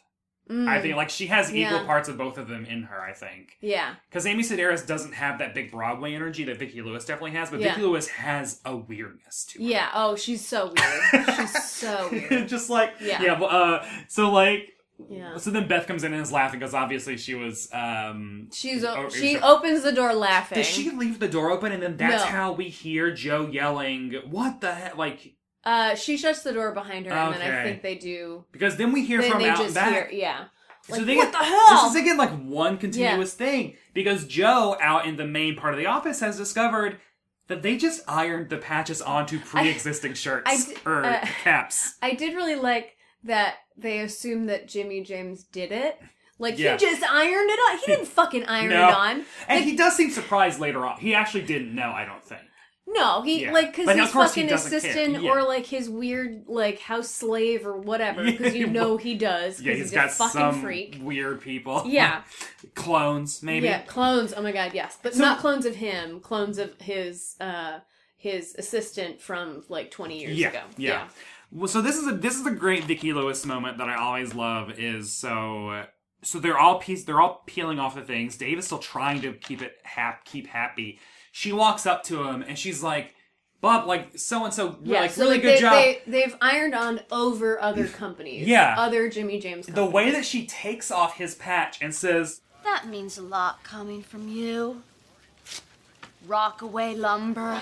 Speaker 2: I think like she has equal
Speaker 3: Yeah.
Speaker 2: parts of both of them in her. I think
Speaker 3: Yeah,
Speaker 2: because Amy Sedaris doesn't have that big Broadway energy that Vicki Lewis definitely has, but
Speaker 3: Yeah.
Speaker 2: Vicki Lewis has a weirdness to her.
Speaker 3: yeah. Oh, she's so weird. she's so weird.
Speaker 2: just like yeah,
Speaker 3: Yeah.
Speaker 2: well, uh, so like
Speaker 3: Yeah.
Speaker 2: so then Beth comes in and is laughing because obviously she was um
Speaker 3: She's o-
Speaker 2: oh,
Speaker 3: she
Speaker 2: is-
Speaker 3: opens the door laughing.
Speaker 2: Does she leave the door open and then that's
Speaker 3: No.
Speaker 2: how we hear Joe yelling, "What the heck?" Like
Speaker 3: Uh, she shuts the door behind her, and then
Speaker 2: Okay.
Speaker 3: I think they do.
Speaker 2: because then we hear
Speaker 3: Then
Speaker 2: from
Speaker 3: they
Speaker 2: out
Speaker 3: just
Speaker 2: back.
Speaker 3: hear, yeah. Like,
Speaker 2: so they
Speaker 3: what
Speaker 2: get-
Speaker 3: the hell?
Speaker 2: This is again like one continuous thing because Joe out in the main part of the office has discovered that they just ironed the patches onto pre-existing shirts
Speaker 3: I d-
Speaker 2: or
Speaker 3: uh,
Speaker 2: caps.
Speaker 3: I did really like that they assume that Jimmy James did it. Like
Speaker 2: Yeah.
Speaker 3: he just ironed it on. He didn't fucking iron
Speaker 2: No.
Speaker 3: it on.
Speaker 2: And he does seem surprised later on. He actually didn't know, I don't think.
Speaker 3: No, he
Speaker 2: Yeah.
Speaker 3: like because
Speaker 2: But of
Speaker 3: his
Speaker 2: course he
Speaker 3: fucking
Speaker 2: doesn't care.
Speaker 3: assistant
Speaker 2: Yeah.
Speaker 3: or like his weird like house slave or whatever. Because
Speaker 2: Yeah,
Speaker 3: you know he does. 'cause
Speaker 2: Yeah,
Speaker 3: he's,
Speaker 2: he's got
Speaker 3: a fucking
Speaker 2: some
Speaker 3: freak.
Speaker 2: weird people.
Speaker 3: Yeah,
Speaker 2: clones maybe.
Speaker 3: yeah, clones. Oh my god, yes, but not clones of him. Clones of his uh his assistant from like twenty years
Speaker 2: yeah,
Speaker 3: ago.
Speaker 2: Yeah. Well, so this is a this is a great Vicki Lewis moment that I always love. Is so so they're all piece they're all peeling off the things. Dave is still trying to keep it hap keep happy. She walks up to him and she's like, Bob, like so and so,
Speaker 3: Yeah,
Speaker 2: like
Speaker 3: so
Speaker 2: really
Speaker 3: like,
Speaker 2: good
Speaker 3: they,
Speaker 2: job.
Speaker 3: They, they've ironed on over other companies.
Speaker 2: Yeah.
Speaker 3: Other Jimmy James
Speaker 2: the
Speaker 3: companies.
Speaker 2: way that she takes off his patch and says,
Speaker 6: That means a lot coming from you. Rockaway lumber.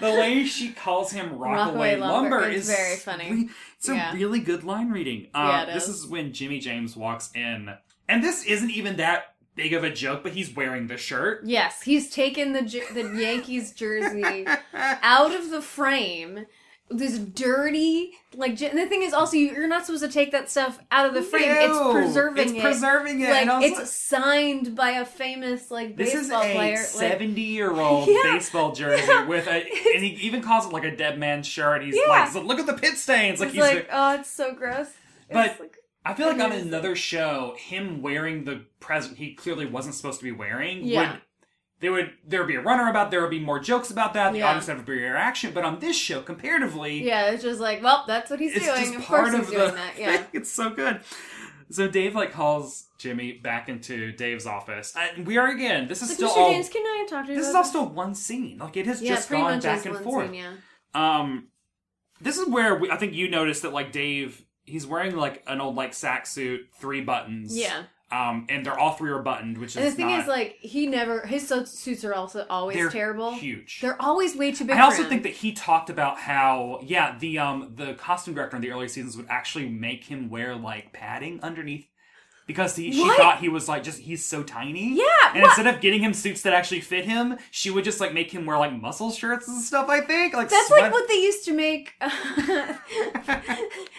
Speaker 2: the way she calls him Rockaway,
Speaker 3: Rockaway Lumber
Speaker 2: is
Speaker 3: is very funny.
Speaker 2: re- it's
Speaker 3: Yeah.
Speaker 2: a really good line reading. Uh,
Speaker 3: Yeah, it
Speaker 2: this
Speaker 3: is.
Speaker 2: is when Jimmy James walks in, and this isn't even that big of a joke, but he's wearing the shirt.
Speaker 3: Yes, he's taken the Jer- the Yankees jersey out of the frame. This dirty, like, j- and the thing is, also you- you're not supposed to take that stuff out of the frame.
Speaker 2: No,
Speaker 3: it's preserving
Speaker 2: it's
Speaker 3: it.
Speaker 2: preserving it,
Speaker 3: Like,
Speaker 2: and also-
Speaker 3: it's signed by a famous like
Speaker 2: This is
Speaker 3: baseball
Speaker 2: a
Speaker 3: player. like-
Speaker 2: seventy-year-old
Speaker 3: Yeah.
Speaker 2: baseball jersey with a, and he even calls it like a dead man's shirt. He's
Speaker 3: Yeah.
Speaker 2: like, "Look at the pit stains!" Like
Speaker 3: it's
Speaker 2: he's
Speaker 3: like, oh, it's so gross. It's
Speaker 2: But-
Speaker 3: like-
Speaker 2: I feel like on
Speaker 3: Amazing.
Speaker 2: another show, him wearing the present he clearly wasn't supposed to be wearing
Speaker 3: Yeah.
Speaker 2: would they would there would be a runner about there would be more jokes about that. The
Speaker 3: Yeah.
Speaker 2: audience would have a bigger reaction, but on this show, comparatively,
Speaker 3: yeah, it's just like, well, that's what he's
Speaker 2: it's
Speaker 3: doing.
Speaker 2: just
Speaker 3: Of
Speaker 2: part
Speaker 3: course, he's
Speaker 2: of
Speaker 3: doing
Speaker 2: the.
Speaker 3: that. Yeah.
Speaker 2: it's so good. So Dave like calls Jimmy back into Dave's office. And we are again. This is
Speaker 3: It's
Speaker 2: still
Speaker 3: like, Mr.
Speaker 2: all.
Speaker 3: James, can I talk to you?
Speaker 2: this is
Speaker 3: about
Speaker 2: all still one scene. Like it has
Speaker 3: Yeah,
Speaker 2: just
Speaker 3: pretty
Speaker 2: gone
Speaker 3: much
Speaker 2: back
Speaker 3: is
Speaker 2: and
Speaker 3: one
Speaker 2: forth.
Speaker 3: scene, yeah.
Speaker 2: Um, this is where we, I think you noticed that like Dave, he's wearing like an old like sack suit, three buttons.
Speaker 3: Yeah.
Speaker 2: Um, and they're all three are buttoned, which
Speaker 3: And the
Speaker 2: is
Speaker 3: thing
Speaker 2: not,
Speaker 3: is, like, he never his so- suits are also always
Speaker 2: They're
Speaker 3: terrible.
Speaker 2: huge.
Speaker 3: They're always way too big.
Speaker 2: I also
Speaker 3: for him.
Speaker 2: think that he talked about how yeah the um the costume director in the early seasons would actually make him wear like padding underneath. Because he, she
Speaker 3: What?
Speaker 2: thought he was like just he's so tiny.
Speaker 3: Yeah,
Speaker 2: And
Speaker 3: what?
Speaker 2: instead of getting him suits that actually fit him, she would just like make him wear like muscle shirts and stuff. I think like
Speaker 3: that's
Speaker 2: sweat-
Speaker 3: like what they used to make. uh,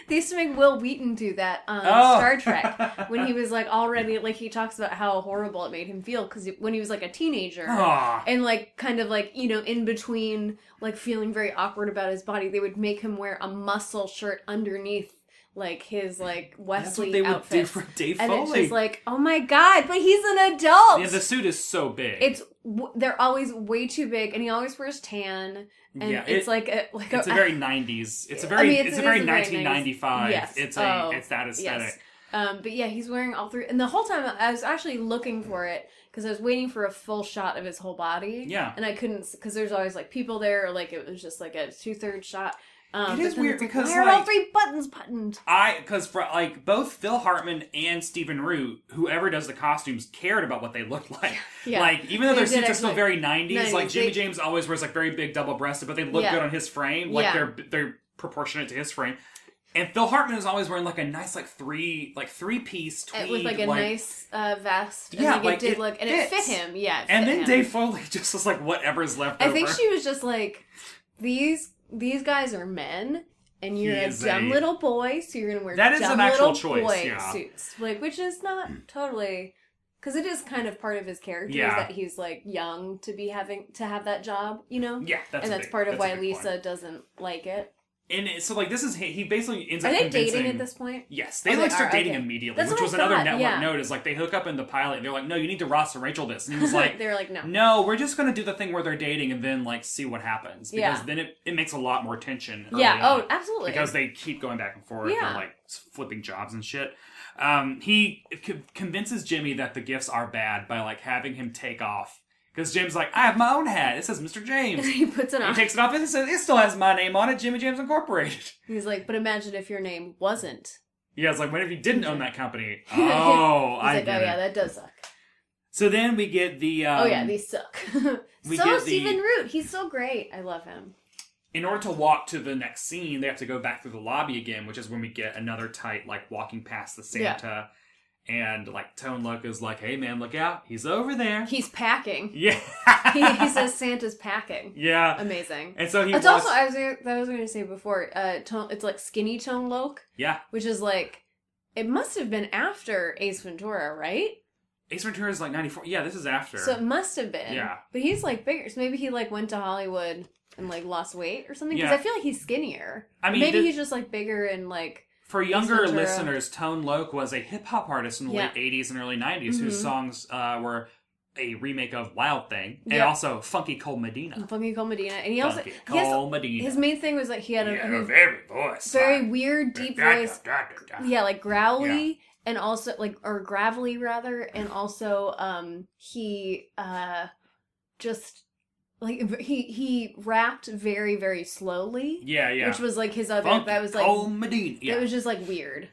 Speaker 3: they used to make Will Wheaton do that on
Speaker 2: Oh.
Speaker 3: Star Trek when he was like already like he talks about how horrible it made him feel because when he was like a teenager
Speaker 2: Ah.
Speaker 3: and like kind of like you know in between like feeling very awkward about his body, they would make him wear a muscle shirt underneath like his like Wesley
Speaker 2: they would do
Speaker 3: outfits.
Speaker 2: for Dave
Speaker 3: and it's
Speaker 2: Foley.
Speaker 3: just like oh my god, but he's an adult.
Speaker 2: Yeah, the suit is so big.
Speaker 3: it's w- they're always way too big, and he always wears tan, and
Speaker 2: Yeah,
Speaker 3: it's
Speaker 2: it-
Speaker 3: like a like
Speaker 2: it's a very 90s it's a
Speaker 3: I
Speaker 2: very
Speaker 3: mean,
Speaker 2: it's, a
Speaker 3: it
Speaker 2: very
Speaker 3: is
Speaker 2: 1995
Speaker 3: Yes.
Speaker 2: it's a
Speaker 3: Oh,
Speaker 2: it's that aesthetic
Speaker 3: yes. Um, but yeah, he's wearing all three, and the whole time I was actually looking for it because I was waiting for a full shot of his whole body.
Speaker 2: Yeah.
Speaker 3: and I couldn't because there's always like people there, or like it was just like a two third shot. Um,
Speaker 2: It
Speaker 3: but
Speaker 2: is
Speaker 3: then
Speaker 2: weird
Speaker 3: it's like,
Speaker 2: because,
Speaker 3: why are all
Speaker 2: like-
Speaker 3: three buttons buttoned.
Speaker 2: i because for like both phil hartman and stephen root whoever does the costumes cared about what they looked like
Speaker 3: Yeah.
Speaker 2: like even though
Speaker 3: They
Speaker 2: their
Speaker 3: did
Speaker 2: suits are still very
Speaker 3: actually-
Speaker 2: 90s, like
Speaker 3: 90s,
Speaker 2: jimmy
Speaker 3: they-
Speaker 2: james always wears like very big double-breasted but they look
Speaker 3: Yeah.
Speaker 2: good on his frame like
Speaker 3: Yeah.
Speaker 2: they're they're proportionate to his frame and phil hartman is always wearing like a nice like three like three-piece tweed
Speaker 3: It was like a nice uh, vest. And
Speaker 2: Yeah,
Speaker 3: like,
Speaker 2: like,
Speaker 3: it did
Speaker 2: it
Speaker 3: look, and it fit
Speaker 2: fits.
Speaker 3: him. Yeah, it
Speaker 2: and
Speaker 3: fit
Speaker 2: then
Speaker 3: him.
Speaker 2: dave foley just was like whatever's left
Speaker 3: I
Speaker 2: over
Speaker 3: think she was just like, these these guys are men, and you're
Speaker 2: He
Speaker 3: a
Speaker 2: is
Speaker 3: dumb
Speaker 2: a-
Speaker 3: little boy, so you're gonna wear
Speaker 2: That is
Speaker 3: dumb
Speaker 2: an actual
Speaker 3: little
Speaker 2: choice,
Speaker 3: boy
Speaker 2: yeah.
Speaker 3: suits, like which is not totally because it is kind of part of his character
Speaker 2: Yeah.
Speaker 3: is that he's like young to be having to have that job, you know.
Speaker 2: Yeah, that's a
Speaker 3: and that's
Speaker 2: big-
Speaker 3: part of
Speaker 2: that's a
Speaker 3: why
Speaker 2: big
Speaker 3: Lisa
Speaker 2: point.
Speaker 3: doesn't like it.
Speaker 2: and it- so like this is he he basically ends
Speaker 3: Are
Speaker 2: up
Speaker 3: they
Speaker 2: convincing-
Speaker 3: dating at this point?
Speaker 2: Yes, they
Speaker 3: Oh,
Speaker 2: like
Speaker 3: they
Speaker 2: start
Speaker 3: are,
Speaker 2: dating
Speaker 3: okay.
Speaker 2: immediately,
Speaker 3: That's
Speaker 2: which
Speaker 3: what
Speaker 2: was
Speaker 3: I
Speaker 2: another
Speaker 3: thought,
Speaker 2: network
Speaker 3: yeah.
Speaker 2: note. Is like they hook up in the pilot. and They're like, no, you need to Ross and Rachel this, and he was like,
Speaker 3: They were like, no.
Speaker 2: no, we're just gonna do the thing where they're dating and then like see what happens because
Speaker 3: Yeah.
Speaker 2: then it, it makes a lot more tension. early
Speaker 3: Yeah, oh,
Speaker 2: on
Speaker 3: absolutely.
Speaker 2: because they keep going back and forth
Speaker 3: Yeah.
Speaker 2: and like flipping jobs and shit. Um, he c- convinces Jimmy that the gifts are bad by like having him take off because Jim's like, I have my own hat. It says Mr. James.
Speaker 3: He puts it
Speaker 2: he
Speaker 3: on.
Speaker 2: takes it off and it says it still has my name on it, Jimmy James Incorporated.
Speaker 3: He's like, but imagine if your name wasn't.
Speaker 2: Yeah, it's like, what if you didn't own that company? Oh,
Speaker 3: He's
Speaker 2: I
Speaker 3: like,
Speaker 2: get
Speaker 3: oh
Speaker 2: it.
Speaker 3: yeah, that does suck.
Speaker 2: So then we get the. Um,
Speaker 3: oh yeah, these suck.
Speaker 2: we
Speaker 3: so
Speaker 2: get the-
Speaker 3: Stephen Root, he's so great. I love him.
Speaker 2: In order to walk to the next scene, they have to go back through the lobby again, which is when we get another tight, like walking past the
Speaker 3: Yeah.
Speaker 2: Santa, and like Tone Loco's like, "Hey man, look out! He's over there."
Speaker 3: He's packing.
Speaker 2: yeah.
Speaker 3: he, Um, he says Santa's packing.
Speaker 2: yeah.
Speaker 3: Amazing.
Speaker 2: And so he.
Speaker 3: It's
Speaker 2: walks-
Speaker 3: also I was gonna- that I was going to say before. Uh, tone, it's like skinny tone loke,
Speaker 2: yeah.
Speaker 3: which is like it must have been after Ace Ventura, right?
Speaker 2: Ace Ventura is like ninety four. Yeah, this is after.
Speaker 3: So it must have been.
Speaker 2: Yeah.
Speaker 3: But he's like bigger, so maybe he like went to Hollywood and like lost weight or something. Because
Speaker 2: Yeah.
Speaker 3: I feel like he's skinnier.
Speaker 2: I mean,
Speaker 3: maybe
Speaker 2: the-
Speaker 3: he's just like bigger and like
Speaker 2: For younger
Speaker 3: Ventura.
Speaker 2: listeners, Tone Loc was a hip hop artist in the
Speaker 3: Yeah. Mm-hmm.
Speaker 2: late 80s and early 90s whose songs uh, were a remake of Wild Thing and
Speaker 3: Yeah.
Speaker 2: also Funky Cole Medina.
Speaker 3: Funky Cole Medina, and he also
Speaker 2: Funky
Speaker 3: he has-
Speaker 2: Cole Medina.
Speaker 3: His main thing was that he had a,
Speaker 2: Yeah,
Speaker 3: he was
Speaker 2: very voice.
Speaker 3: very weird deep voice. yeah like growly and also like or gravelly rather and also um he uh just like but he he rapped very very slowly.
Speaker 2: Yeah, yeah.
Speaker 3: Which was like his other.
Speaker 2: Funky
Speaker 3: that was like
Speaker 2: Cole Medina. Yeah.
Speaker 3: it was just like weird,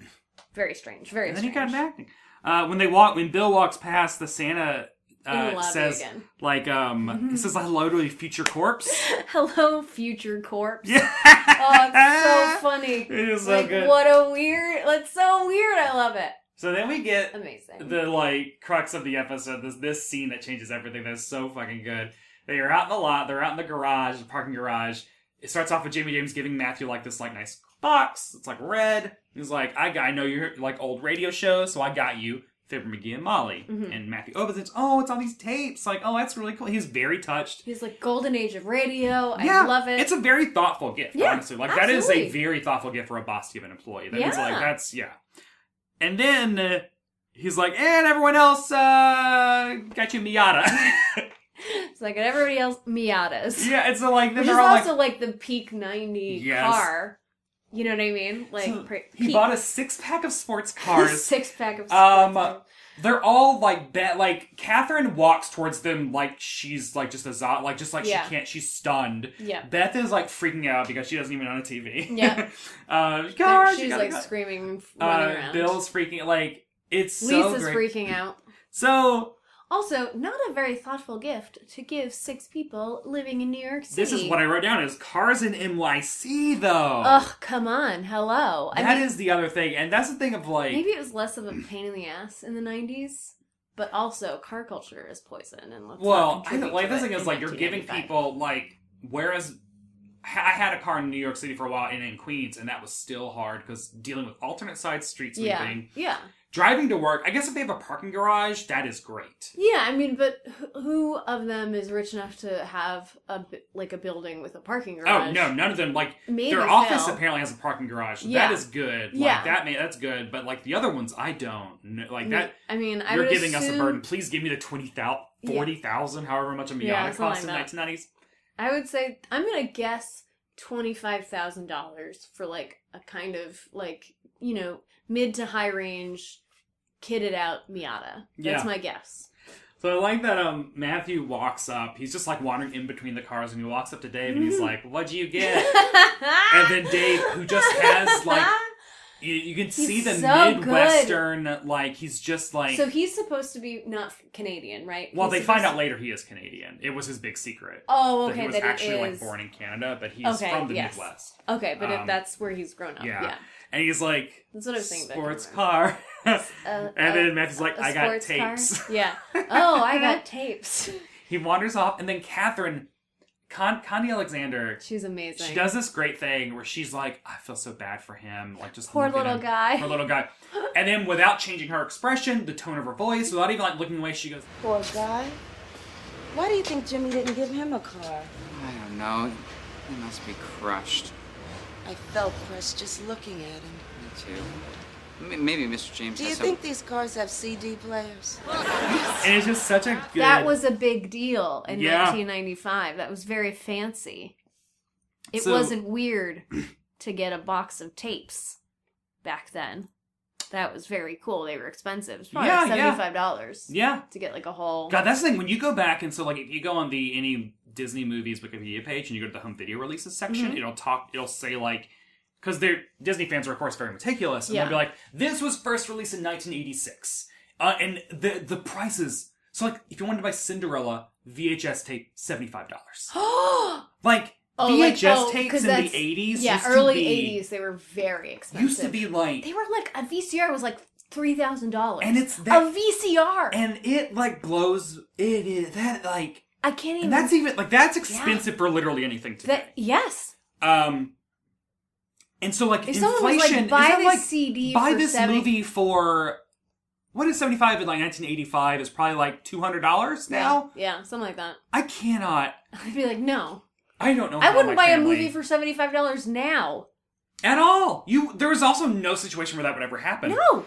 Speaker 3: very strange, very.
Speaker 2: and then he got
Speaker 3: strange.
Speaker 2: into acting. Uh, when they walk, when Bill walks past, the Santa
Speaker 3: In the
Speaker 2: uh,
Speaker 3: lobby
Speaker 2: says
Speaker 3: again. Mm-hmm.
Speaker 2: like um, he says hello to a future corpse.
Speaker 3: Hello, future corpse.
Speaker 2: Yeah.
Speaker 3: Oh, it's so funny.
Speaker 2: It is so
Speaker 3: like,
Speaker 2: good.
Speaker 3: What a weird. That's so weird. I love it.
Speaker 2: So then we get
Speaker 3: Amazing.
Speaker 2: the like crux of the episode. This this scene that changes everything. That's so fucking good. They are out in the lot. They're out in the garage, the parking garage. It starts off with Jamie James giving Matthew like this like nice box. It's like red. He's like, I got, I know you're like old radio shows, so I got you. Fibber McGee and Molly and Matthew opens it. Oh, it's on these tapes. Like, oh, that's really cool. He's very touched.
Speaker 3: He's like golden age of radio. I
Speaker 2: yeah,
Speaker 3: love it.
Speaker 2: It's a very thoughtful gift,
Speaker 3: Yeah,
Speaker 2: honestly. Like that is a
Speaker 3: absolutely.
Speaker 2: very thoughtful gift for a boss to give an employee. That means like
Speaker 3: Yeah.
Speaker 2: that's yeah. And then uh, he's like, and everyone else uh, got you Miata.
Speaker 3: It's like and everybody else Miatas.
Speaker 2: yeah, it's so like then
Speaker 3: Which is
Speaker 2: they're all
Speaker 3: also
Speaker 2: like.
Speaker 3: like, the peak ninety
Speaker 2: Yes.
Speaker 3: car. You know what I mean? Like
Speaker 2: So
Speaker 3: pre-
Speaker 2: he
Speaker 3: peak.
Speaker 2: bought a six pack of sports cars.
Speaker 3: six pack of
Speaker 2: Um,
Speaker 3: sports.
Speaker 2: They're all like bet. Like Catherine walks towards them like she's like just a zot. Like just like
Speaker 3: Yeah.
Speaker 2: she can't. She's stunned.
Speaker 3: Yeah.
Speaker 2: Beth is like freaking out because she doesn't even own a TV.
Speaker 3: Yeah.
Speaker 2: uh,
Speaker 3: And
Speaker 2: cars, you
Speaker 3: she's
Speaker 2: gotta
Speaker 3: like
Speaker 2: go.
Speaker 3: screaming, running
Speaker 2: uh,
Speaker 3: around.
Speaker 2: Bill's freaking like it's
Speaker 3: Lisa's
Speaker 2: so great.
Speaker 3: freaking out.
Speaker 2: So
Speaker 3: Also, not a very thoughtful gift to give six people living in New York City.
Speaker 2: this is what I wrote down is cars in NYC though.
Speaker 3: Ugh, come on, hello.
Speaker 2: That is
Speaker 3: I mean,
Speaker 2: the other thing, and that's the thing of like
Speaker 3: maybe it was less of a pain in the ass in the '90s, but also car culture is poison. And let's not
Speaker 2: well, I
Speaker 3: contribute
Speaker 2: don't, like
Speaker 3: to
Speaker 2: this
Speaker 3: it
Speaker 2: thing is
Speaker 3: in
Speaker 2: like you're giving
Speaker 3: 1995.
Speaker 2: people like whereas ha- I had a car in New York City for a while and in Queens, and that was still hard because dealing with alternate side street
Speaker 3: Yeah,
Speaker 2: sweeping,
Speaker 3: yeah,
Speaker 2: driving to work. I guess if they have a parking garage, that is great.
Speaker 3: yeah. I mean, but wh- who of them is rich enough to have a bu- like a building with a parking garage?
Speaker 2: Oh no, none of them. Like
Speaker 3: Maybe
Speaker 2: their office
Speaker 3: Phil.
Speaker 2: apparently has a parking garage. so
Speaker 3: Yeah.
Speaker 2: That is good. Like
Speaker 3: Yeah.
Speaker 2: that may that's good. But like the other ones, I don't kn- like that.
Speaker 3: I mean, I
Speaker 2: you're
Speaker 3: would
Speaker 2: giving us a
Speaker 3: assume-
Speaker 2: burden. Please give me the twenty thousand,
Speaker 3: Yeah.
Speaker 2: forty thousand, however much a Miata
Speaker 3: Yeah, something
Speaker 2: cost
Speaker 3: like
Speaker 2: in
Speaker 3: that.
Speaker 2: nineteen nineties.
Speaker 3: I would say I'm gonna guess twenty five thousand dollars for like a kind of like you know mid to high range kitted out Miata.
Speaker 2: Yeah.
Speaker 3: That's my guess.
Speaker 2: So I like that um Matthew walks up. He's just like wandering in between the cars, and he walks up to Dave, and
Speaker 3: Mm-hmm.
Speaker 2: he's like, "What'd you get?" and then Dave, who just has like. You, you can see the
Speaker 3: so good.
Speaker 2: midwestern, like he's just like.
Speaker 3: so he's supposed to be not Canadian, right?
Speaker 2: well,
Speaker 3: He's
Speaker 2: they find
Speaker 3: supposed
Speaker 2: out later he is Canadian. It was his big secret.
Speaker 3: Oh,
Speaker 2: that he
Speaker 3: okay,
Speaker 2: was
Speaker 3: that he
Speaker 2: actually like
Speaker 3: is.
Speaker 2: born in Canada, but he's
Speaker 3: Okay,
Speaker 2: from the
Speaker 3: yes.
Speaker 2: Midwest.
Speaker 3: to- Okay, but
Speaker 2: um,
Speaker 3: if that's where he's grown up,
Speaker 2: Yeah.
Speaker 3: yeah.
Speaker 2: and he's like
Speaker 3: That's what I was thinking, but I
Speaker 2: sports
Speaker 3: couldn't
Speaker 2: car,
Speaker 3: A-
Speaker 2: and
Speaker 3: uh, a-
Speaker 2: then Matthew's like,
Speaker 3: a
Speaker 2: I got
Speaker 3: sports car?
Speaker 2: tapes.
Speaker 3: Yeah. Oh, I got tapes.
Speaker 2: He wanders off, and then Catherine, Con- Connie Alexander,
Speaker 3: She's amazing.
Speaker 2: she does this great thing where she's like, I feel so bad for him, like just
Speaker 3: Poor
Speaker 2: look at
Speaker 3: little
Speaker 2: him.
Speaker 3: guy.
Speaker 2: poor little guy, and then without changing her expression, the tone of her voice, without even like looking away, she goes,
Speaker 7: Poor guy. Why do you think Jimmy didn't give him a car?
Speaker 5: I don't know. He must be crushed.
Speaker 7: I felt pressed just looking at him.
Speaker 5: Me too. M- maybe Mr. James
Speaker 7: Do you
Speaker 5: has
Speaker 7: think these cars have CD players?
Speaker 2: and it's just such a good.
Speaker 3: That was a big deal in
Speaker 2: Yeah.
Speaker 3: 1995. That was very fancy. It
Speaker 2: So-
Speaker 3: wasn't weird to get a box of tapes back then. That was very cool. They were expensive. It was probably
Speaker 2: Yeah,
Speaker 3: like
Speaker 2: yeah.
Speaker 3: seventy-five dollars
Speaker 2: yeah.
Speaker 3: to get like a whole.
Speaker 2: God, that's the thing. When you go back and so like if you go on the any Disney movies Wikipedia page and you go to the home video releases section,
Speaker 3: Mm-hmm.
Speaker 2: it'll talk. It'll say like because they're Disney fans are of course very meticulous, and
Speaker 3: Yeah.
Speaker 2: they'll be like, "This was first released in 1986," uh, and the the prices. So like if you wanted to buy Cinderella VHS tape, seventy five dollars. like
Speaker 3: Oh, like-
Speaker 2: VHS
Speaker 3: oh,
Speaker 2: tapes
Speaker 3: 'cause
Speaker 2: in the
Speaker 3: that's-
Speaker 2: eighties,
Speaker 3: yeah,
Speaker 2: used
Speaker 3: early
Speaker 2: to be,
Speaker 3: '80s. They were very expensive.
Speaker 2: Used to be like
Speaker 3: They were like a VCR was like three thousand dollars,
Speaker 2: And it's that-
Speaker 3: a VCR.
Speaker 2: and it like blows it is that like
Speaker 3: I can't even.
Speaker 2: and that's even like that's expensive for literally anything today.
Speaker 3: that. Yes,
Speaker 2: Um, and so like
Speaker 3: If someone was like,
Speaker 2: inflation,
Speaker 3: buy
Speaker 2: is that
Speaker 3: this
Speaker 2: like
Speaker 3: CD
Speaker 2: buy
Speaker 3: for
Speaker 2: this
Speaker 3: 70
Speaker 2: movie for what is seventy five in like nineteen eighty five is probably like two hundred dollars now.
Speaker 3: yeah, something like that.
Speaker 2: I cannot.
Speaker 3: I'd be like, no,
Speaker 2: I don't know.
Speaker 3: I
Speaker 2: how
Speaker 3: wouldn't
Speaker 2: my
Speaker 3: buy a
Speaker 2: family-
Speaker 3: movie for seventy five dollars now.
Speaker 2: at all. You there was also no situation where that would ever happen.
Speaker 3: No,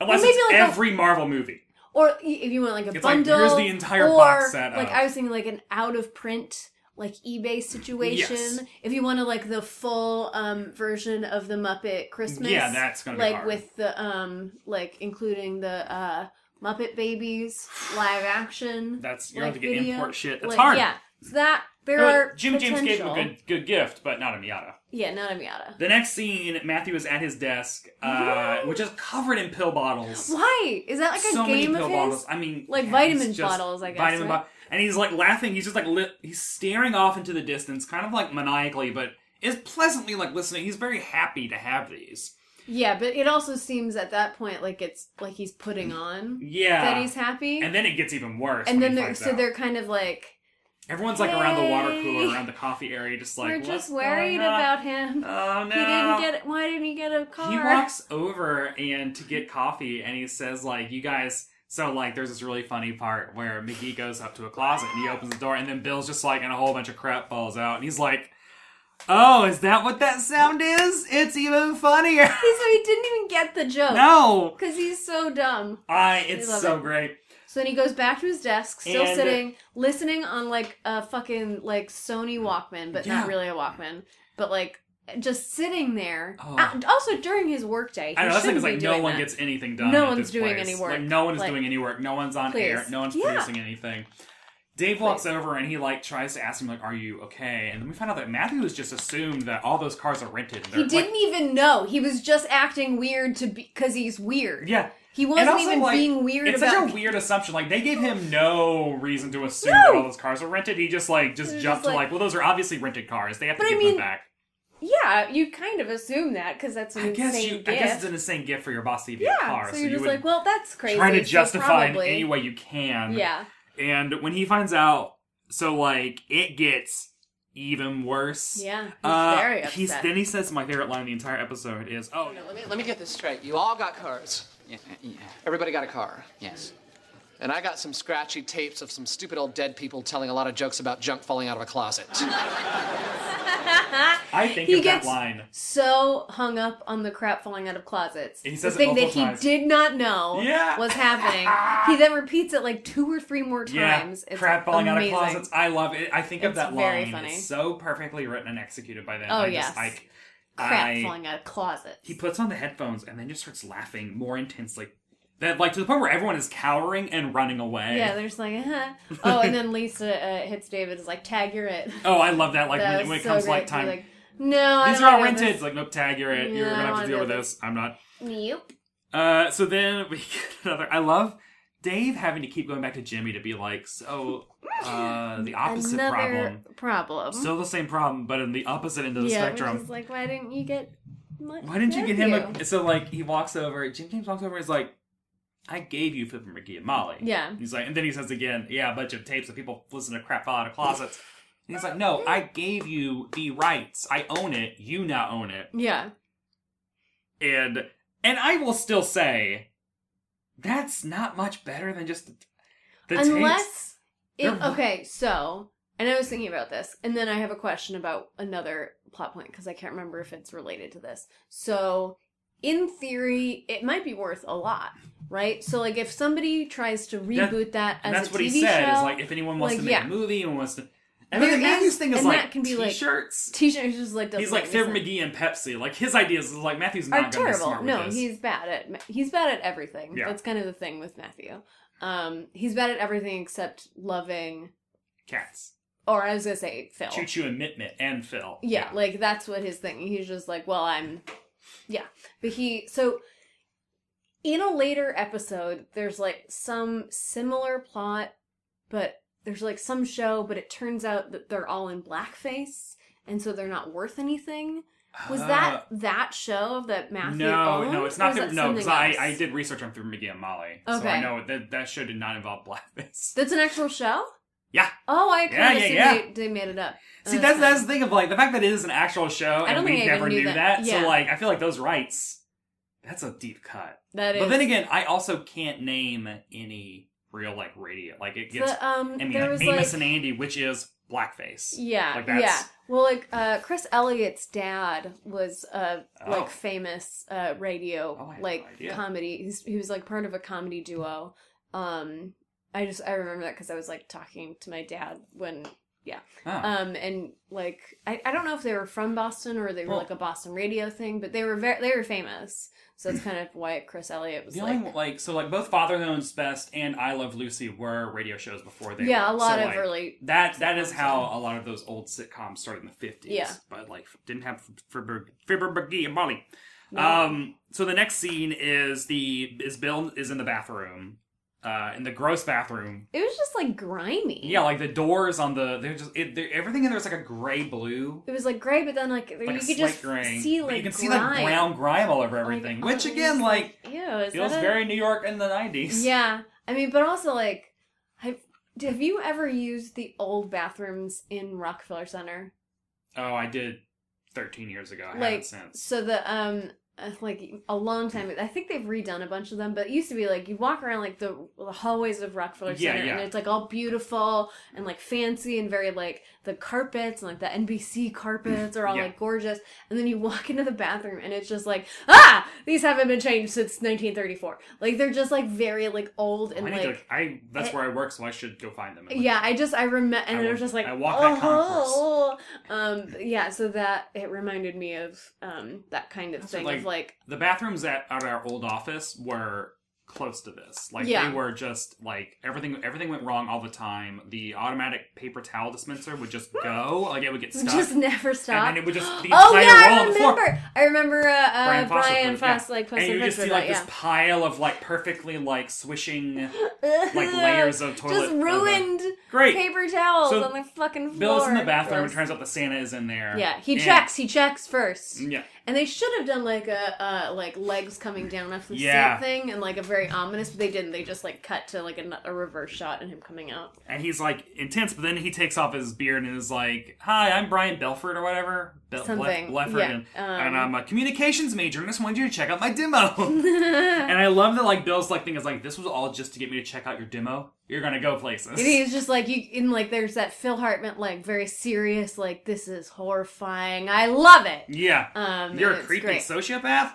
Speaker 2: unless
Speaker 3: maybe
Speaker 2: it's
Speaker 3: like a-
Speaker 2: every Marvel movie.
Speaker 3: or i- if you want like a
Speaker 2: It's like, here's
Speaker 3: bundle,
Speaker 2: the entire
Speaker 3: or,
Speaker 2: box set
Speaker 3: Like
Speaker 2: of-
Speaker 3: I was thinking, like an out of print, like eBay situation.
Speaker 2: Yes.
Speaker 3: If you want to like the full um version of the Muppet Christmas,
Speaker 2: Yeah, that's gonna be
Speaker 3: like
Speaker 2: hard.
Speaker 3: with the um like including the uh Muppet Babies live action.
Speaker 2: That's- you're gonna have
Speaker 3: like,
Speaker 2: to get
Speaker 3: video.
Speaker 2: import shit. That's
Speaker 3: like,
Speaker 2: hard.
Speaker 3: Yeah, so that There
Speaker 2: No,
Speaker 3: are
Speaker 2: Jim James gave him
Speaker 3: potential-
Speaker 2: a good good gift, but not a Miata.
Speaker 3: Yeah, not a Miata.
Speaker 2: The next scene, Matthew is at his desk, uh, which is covered in pill bottles.
Speaker 3: Why is that like a
Speaker 2: so many
Speaker 3: game
Speaker 2: pill
Speaker 3: of
Speaker 2: bottles.
Speaker 3: his?
Speaker 2: I mean,
Speaker 3: Like
Speaker 2: yeah,
Speaker 3: vitamin
Speaker 2: he's just-
Speaker 3: bottles, I guess,
Speaker 2: Vitamin
Speaker 3: right?
Speaker 2: bo- and he's like laughing. He's just like li- he's staring off into the distance, kind of like maniacally, but is pleasantly like listening. He's very happy to have these.
Speaker 3: Yeah, but it also seems at that point like it's like he's putting on.
Speaker 2: Yeah.
Speaker 3: that he's happy.
Speaker 2: And then it gets even worse. when
Speaker 3: and then
Speaker 2: he
Speaker 3: they're
Speaker 2: finds
Speaker 3: so
Speaker 2: out.
Speaker 3: they're kind of like
Speaker 2: everyone's like around the water cooler,
Speaker 3: "Hey,
Speaker 2: around the coffee area, just like
Speaker 3: we're
Speaker 2: "What's
Speaker 3: just
Speaker 2: going
Speaker 3: worried
Speaker 2: on?"
Speaker 3: about him.
Speaker 2: Oh no!
Speaker 3: He didn't get. Why didn't he get a car?
Speaker 2: He walks over and to get coffee, and he says, like, you guys. So, like, there's this really funny part where McGee goes up to a closet and he opens the door, and then Bill's just like, and a whole bunch of crap falls out, and he's like, oh, is that what that sound is? It's even funnier.
Speaker 3: He's- so he didn't even get the joke.
Speaker 2: no!
Speaker 3: because he's so dumb.
Speaker 2: I, it's
Speaker 3: I love
Speaker 2: so
Speaker 3: it.
Speaker 2: great.
Speaker 3: So then he goes back to his desk, still
Speaker 2: And-
Speaker 3: sitting, listening on like a fucking like Sony Walkman, but
Speaker 2: Yeah.
Speaker 3: not really a Walkman, but like just sitting there.
Speaker 2: Oh.
Speaker 3: Uh, also during his workday, he
Speaker 2: I know, that's the thing
Speaker 3: shouldn't
Speaker 2: is,
Speaker 3: be
Speaker 2: like, no
Speaker 3: doing
Speaker 2: one
Speaker 3: that.
Speaker 2: gets anything done.
Speaker 3: No
Speaker 2: at
Speaker 3: one's
Speaker 2: this
Speaker 3: doing
Speaker 2: place.
Speaker 3: any work.
Speaker 2: Like, no one is
Speaker 3: Like,
Speaker 2: doing any work. No one's on
Speaker 3: please.
Speaker 2: air. No one's
Speaker 3: Yeah.
Speaker 2: producing anything. Dave walks over and he, like, tries to ask him, like, are you okay? And then we find out that Matthew has just assumed that all those cars are rented. and
Speaker 3: He
Speaker 2: they're- like,
Speaker 3: didn't e- even know. He was just acting weird to because he's weird.
Speaker 2: Yeah.
Speaker 3: He wasn't
Speaker 2: And also,
Speaker 3: even
Speaker 2: like,
Speaker 3: being weird
Speaker 2: It's
Speaker 3: about
Speaker 2: such a weird assumption. Like they gave him no reason to assume
Speaker 3: No!
Speaker 2: that all those cars are rented. He just like just
Speaker 3: They're
Speaker 2: jumped
Speaker 3: just
Speaker 2: to like,
Speaker 3: like-
Speaker 2: well, those are obviously rented cars. They have to
Speaker 3: But I
Speaker 2: give
Speaker 3: mean,
Speaker 2: them back.
Speaker 3: Yeah, you kind of assume that because that's an
Speaker 2: I guess
Speaker 3: insane
Speaker 2: you.
Speaker 3: gift.
Speaker 2: I guess it's an insane gift for your boss to give you
Speaker 3: yeah,
Speaker 2: a car.
Speaker 3: so you're
Speaker 2: you
Speaker 3: just
Speaker 2: would
Speaker 3: like, well, that's crazy.
Speaker 2: try to
Speaker 3: so
Speaker 2: justify
Speaker 3: probably-
Speaker 2: it in any way you can.
Speaker 3: Yeah,
Speaker 2: And when he finds out, so like it gets even worse.
Speaker 3: Yeah, he's
Speaker 2: Uh,
Speaker 3: very
Speaker 2: He's,
Speaker 3: upset.
Speaker 2: then he says my favorite line in the entire episode is, "Oh,
Speaker 8: Let me, let me get this straight. You all got cars.
Speaker 5: Yeah, uh, yeah,
Speaker 8: Everybody got a car.
Speaker 5: yes.
Speaker 8: And I got some scratchy tapes of some stupid old dead people telling a lot of jokes about junk falling out of a closet.
Speaker 2: I think
Speaker 3: he
Speaker 2: of
Speaker 3: gets
Speaker 2: that line."
Speaker 3: so hung up on the crap falling out of closets.
Speaker 2: And he says it
Speaker 3: the thing that
Speaker 2: multiple
Speaker 3: he
Speaker 2: times.
Speaker 3: did not know
Speaker 2: Yeah.
Speaker 3: was happening. he then repeats it like two or three more times.
Speaker 2: Yeah,
Speaker 3: It's
Speaker 2: crap falling
Speaker 3: amazing.
Speaker 2: out of closets. I love it. I think of
Speaker 3: It's
Speaker 2: that
Speaker 3: very
Speaker 2: line.
Speaker 3: funny.
Speaker 2: It's so perfectly written and executed by them.
Speaker 3: Oh,
Speaker 2: I
Speaker 3: yes.
Speaker 2: Just, like,
Speaker 3: Crap
Speaker 2: I-
Speaker 3: falling out of closets.
Speaker 2: He puts on the headphones and then just starts laughing more intensely. That like to the point where everyone is cowering and running away.
Speaker 3: yeah, they're just like, huh. oh, and then Lisa uh, hits David is like, tag you're it.
Speaker 2: oh, I love that. Like when,
Speaker 3: That was
Speaker 2: when it
Speaker 3: so
Speaker 2: comes to
Speaker 3: great
Speaker 2: like
Speaker 3: to be
Speaker 2: time.
Speaker 3: like, no, I
Speaker 2: These
Speaker 3: don't
Speaker 2: are all
Speaker 3: wanna do
Speaker 2: rented.
Speaker 3: this.
Speaker 2: It's like, nope, tag, you're it.
Speaker 3: No,
Speaker 2: You're
Speaker 3: I
Speaker 2: gonna have to
Speaker 3: wanna
Speaker 2: deal
Speaker 3: do
Speaker 2: with
Speaker 3: this.
Speaker 2: this. I'm not.
Speaker 3: Nope.
Speaker 2: Uh, so then we get another. I love Dave having to keep going back to Jimmy to be like, so uh, the opposite
Speaker 3: Another
Speaker 2: problem.
Speaker 3: problem.
Speaker 2: Still the same problem, but in the opposite end of the
Speaker 3: yeah, which
Speaker 2: spectrum.
Speaker 3: is like, why didn't you get? Much
Speaker 2: Why didn't you get him?
Speaker 3: Matthew?
Speaker 2: A, so like he walks over. Jim James walks over. and is like, I gave you Flip and Ricky and Molly.
Speaker 3: Yeah.
Speaker 2: He's like, and then he says again, yeah, a bunch of tapes of people listen to crap fall out of closets. And he's like, no, I gave you the rights. I own it. You now own it.
Speaker 3: yeah,
Speaker 2: And and I will still say, that's not much better than just the, the tapes.
Speaker 3: unless it,
Speaker 2: They're-
Speaker 3: okay. So, and I was thinking about this, and then I have a question about another plot point because I can't remember if it's related to this. So, in theory, it might be worth a lot, right? So, like, if somebody tries to
Speaker 2: That-
Speaker 3: reboot that, as
Speaker 2: And that's
Speaker 3: a
Speaker 2: what
Speaker 3: TV
Speaker 2: he said
Speaker 3: show,
Speaker 2: is like, if anyone wants
Speaker 3: like,
Speaker 2: to make
Speaker 3: yeah.
Speaker 2: a movie and wants to, and
Speaker 3: There
Speaker 2: then Matthew's
Speaker 3: is-
Speaker 2: thing is
Speaker 3: and
Speaker 2: like
Speaker 3: that can be, like,
Speaker 2: t-shirts.
Speaker 3: T-shirt is just like doesn't
Speaker 2: He's like
Speaker 3: make any
Speaker 2: Fib
Speaker 3: sense.
Speaker 2: McGee and Pepsi. Like his ideas is like Matthew's not
Speaker 3: are
Speaker 2: going to be
Speaker 3: terrible.
Speaker 2: smart with
Speaker 3: No,
Speaker 2: this.
Speaker 3: he's bad at he's bad at everything.
Speaker 2: Yeah.
Speaker 3: That's kind of the thing with Matthew. Um, he's bad at everything except loving,
Speaker 2: cats.
Speaker 3: or I was gonna say Phil.
Speaker 2: Choo Choo and Mit Mit and Phil.
Speaker 3: Yeah, like that's what his thing. He's just like, well, I'm, yeah. But he so in a later episode, there's like some similar plot, but there's like some show, but it turns out that they're all in blackface, and so they're not worth anything. Was
Speaker 2: Uh,
Speaker 3: that that show that Matthew?
Speaker 2: no,
Speaker 3: owned,
Speaker 2: no, it's
Speaker 3: or
Speaker 2: not.
Speaker 3: is
Speaker 2: That,
Speaker 3: that
Speaker 2: no, because
Speaker 3: something
Speaker 2: I,
Speaker 3: else?
Speaker 2: I did research on Through McGee and Molly, so I
Speaker 3: Okay.
Speaker 2: know that that show did not involve blackface.
Speaker 3: That's an actual show.
Speaker 2: yeah.
Speaker 3: Oh, I
Speaker 2: Yeah,
Speaker 3: kind of
Speaker 2: yeah,
Speaker 3: assumed
Speaker 2: yeah.
Speaker 3: They, they made it up.
Speaker 2: See,
Speaker 3: Uh,
Speaker 2: that's that's the thing of like the fact that it is an actual show
Speaker 3: I
Speaker 2: and
Speaker 3: don't
Speaker 2: we
Speaker 3: think I even
Speaker 2: never
Speaker 3: knew
Speaker 2: knew that.
Speaker 3: that. Yeah.
Speaker 2: So like, I feel like those rights. That's a deep cut.
Speaker 3: that is.
Speaker 2: But then again, I also can't name any real like radio. Like it gets.
Speaker 3: The, um,
Speaker 2: I mean,
Speaker 3: there
Speaker 2: like
Speaker 3: was,
Speaker 2: Amos
Speaker 3: like-
Speaker 2: and Andy, which is blackface.
Speaker 3: Yeah,
Speaker 2: Like that's,
Speaker 3: yeah. Well, like uh, Chris Elliott's dad was uh,
Speaker 2: Oh.
Speaker 3: like famous uh,
Speaker 2: Oh, I
Speaker 3: radio
Speaker 2: had no
Speaker 3: like
Speaker 2: idea.
Speaker 3: comedy. He's, he was like part of a comedy duo. Um, I just I remember that because I was like talking to my dad when Yeah.
Speaker 2: Ah.
Speaker 3: Um, and like I, I don't know if they were from Boston or they were
Speaker 2: Well-
Speaker 3: like a Boston radio thing, but they were very they were famous. So that's kind of why Chris Elliott was
Speaker 2: The
Speaker 3: like,
Speaker 2: only like so like both Father Knows Best and I Love Lucy were radio shows before they
Speaker 3: Yeah,
Speaker 2: were.
Speaker 3: a lot
Speaker 2: So,
Speaker 3: of
Speaker 2: like,
Speaker 3: early
Speaker 2: that that is how a lot of those old sitcoms started in the fifties.
Speaker 3: Yeah.
Speaker 2: but like didn't have Fibber and Molly.
Speaker 3: No.
Speaker 2: Um, so the next scene is the is Bill is in the bathroom, uh, in the gross bathroom.
Speaker 3: it was just like grimy.
Speaker 2: Yeah, like the doors on the they're just it, they're, everything in there's like a gray blue.
Speaker 3: It was like gray, but then like,
Speaker 2: Like
Speaker 3: you
Speaker 2: a
Speaker 3: could
Speaker 2: slate
Speaker 3: just
Speaker 2: green.
Speaker 3: see
Speaker 2: But
Speaker 3: like
Speaker 2: you can
Speaker 3: grime.
Speaker 2: see like brown grime all over everything, which
Speaker 3: oh,
Speaker 2: again
Speaker 3: it's
Speaker 2: like
Speaker 3: Ew, is
Speaker 2: feels
Speaker 3: that a-
Speaker 2: very New York in the nineties.
Speaker 3: Yeah, I mean, but also like, have have you ever used the old bathrooms in Rockefeller Center?
Speaker 2: Oh, I did thirteen years ago. I
Speaker 3: like
Speaker 2: haven't since.
Speaker 3: so the um uh, like a long time i think they've redone a bunch of them but it used to be like you walk around like the, the hallways of rockefeller
Speaker 2: Yeah,
Speaker 3: center
Speaker 2: yeah.
Speaker 3: and it's like all beautiful and like fancy and very like the carpets and like the nbc carpets are all
Speaker 2: Yeah.
Speaker 3: like gorgeous and then you walk into the bathroom and it's just like ah these haven't been changed since 1934 like they're just like very like old and
Speaker 2: I need
Speaker 3: like
Speaker 2: to. I that's
Speaker 3: it-
Speaker 2: where I work, so I should go find them. and look
Speaker 3: yeah, I just I remember, and
Speaker 2: I
Speaker 3: it
Speaker 2: wa-
Speaker 3: was just like
Speaker 2: I walked that concourse.
Speaker 3: "Oh." Um, yeah, so that it reminded me of um that kind of
Speaker 2: So,
Speaker 3: thing of like
Speaker 2: the bathrooms at, at our old office were close to this. Like
Speaker 3: Yeah.
Speaker 2: they were just like everything everything went wrong all the time. The automatic paper towel dispenser would just go, like it would get stuck.
Speaker 3: just never stop.
Speaker 2: And then it would just the
Speaker 3: oh
Speaker 2: entire
Speaker 3: yeah,
Speaker 2: roll
Speaker 3: I
Speaker 2: on the floor.
Speaker 3: remember. I remember uh, uh,
Speaker 2: Foster
Speaker 3: Brian
Speaker 2: put it- yeah.
Speaker 3: Foss like
Speaker 2: and
Speaker 3: posted
Speaker 2: you
Speaker 3: a
Speaker 2: would just
Speaker 3: picture
Speaker 2: see
Speaker 3: of
Speaker 2: like
Speaker 3: that.
Speaker 2: this
Speaker 3: Yeah,
Speaker 2: pile of like perfectly like swishing like layers of toilet
Speaker 3: just
Speaker 2: or the-
Speaker 3: ruined
Speaker 2: Great.
Speaker 3: paper towels
Speaker 2: So,
Speaker 3: on the fucking floor.
Speaker 2: Bill's in the bathroom.
Speaker 3: Gross.
Speaker 2: It turns out the Santa is in there.
Speaker 3: Yeah, he
Speaker 2: And-
Speaker 3: checks. He checks first.
Speaker 2: Yeah.
Speaker 3: And they should have done like a uh, like legs coming down off the
Speaker 2: Yeah.
Speaker 3: seat thing and like a very ominous, but they didn't. They just like cut to like a, a reverse shot and him coming out.
Speaker 2: and he's like intense, but then he takes off his beard and is like, "Hi, I'm Brian Belford or whatever, Be-
Speaker 3: Something,
Speaker 2: Blefford,
Speaker 3: yeah,
Speaker 2: and,
Speaker 3: um,
Speaker 2: and I'm a communications major. and I just wanted you to check out my demo." and I love that like Bill's like thing is like, "This was all just to get me to check out your demo. You're gonna go places."
Speaker 3: And he's just like you in like there's that Phil Hartman like very serious like this is horrifying. I love it.
Speaker 2: yeah,
Speaker 3: Um,
Speaker 2: you're
Speaker 3: and
Speaker 2: a
Speaker 3: it's
Speaker 2: creepy
Speaker 3: great.
Speaker 2: sociopath.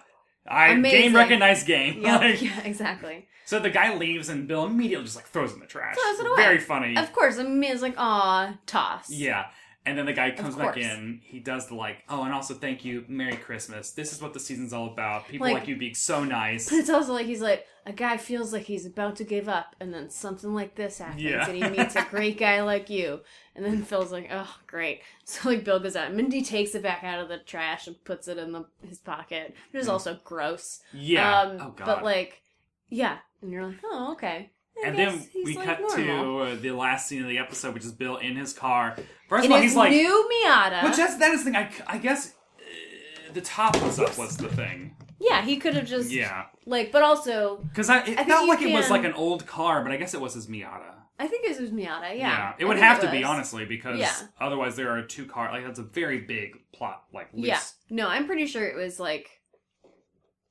Speaker 2: I
Speaker 3: Amazing.
Speaker 2: game recognized game.
Speaker 3: Yeah,
Speaker 2: Like,
Speaker 3: yeah, exactly.
Speaker 2: So the guy leaves and Bill immediately just like throws it in the trash.
Speaker 3: Throws it away.
Speaker 2: Very funny.
Speaker 3: Of course, I mean it's like aw toss.
Speaker 2: Yeah. And then the guy comes back
Speaker 3: course.
Speaker 2: in. He does the like, oh, and also thank you, Merry Christmas. This is what the season's all about. People like,
Speaker 3: Like-
Speaker 2: you being so nice.
Speaker 3: But it's also like he's like a guy feels like he's about to give up, and then something like this happens,
Speaker 2: Yeah.
Speaker 3: and he meets a great guy like you, and then Phil's like, oh great. So like Bill goes out, and Mindy takes it back out of the trash and puts it in the his pocket, which is also gross.
Speaker 2: Mm. Yeah.
Speaker 3: Um,
Speaker 2: Oh, God.
Speaker 3: But like, yeah, and you're like, oh okay. I
Speaker 2: and
Speaker 3: guess
Speaker 2: then
Speaker 3: he's,
Speaker 2: we
Speaker 3: like,
Speaker 2: cut
Speaker 3: normal.
Speaker 2: to uh, the last scene of the episode, which is Bill in his car. First
Speaker 3: in
Speaker 2: of all,
Speaker 3: his
Speaker 2: he's like,
Speaker 3: new Miata.
Speaker 2: which that's, that is the thing. I, I guess uh, the top was up was the thing.
Speaker 3: yeah, he could have just
Speaker 2: Yeah.
Speaker 3: like, but also
Speaker 2: Because I it
Speaker 3: think
Speaker 2: felt
Speaker 3: you
Speaker 2: like it was
Speaker 3: can-
Speaker 2: like an old car, but I guess it was his Miata.
Speaker 3: I think it was Miata. Yeah,
Speaker 2: It
Speaker 3: I
Speaker 2: would
Speaker 3: think
Speaker 2: have to be,
Speaker 3: was.
Speaker 2: honestly, because
Speaker 3: Yeah.
Speaker 2: otherwise there are two car. Like, that's a very big plot, like, loose.
Speaker 3: Yeah. No, I'm pretty sure it was like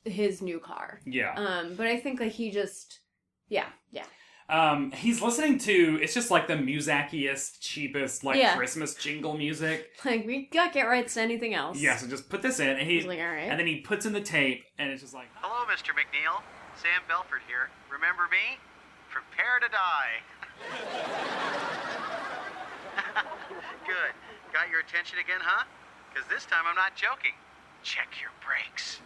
Speaker 3: his new car.
Speaker 2: Yeah.
Speaker 3: Um, but I think like he just yeah, yeah.
Speaker 2: Um, he's listening to it's just like the musakiest, cheapest, like
Speaker 3: Yeah.
Speaker 2: Christmas jingle music.
Speaker 3: Like we got get rights to anything else.
Speaker 2: Yeah, so just put this in, and he,
Speaker 3: He's like, "All right."
Speaker 2: and then he puts in the tape, and it's just like,
Speaker 9: Hello, Mr. McNeil. Sam Belford here. Remember me? Prepare to die. Good. Got your attention again, huh? Because this time I'm not joking. Check your brakes.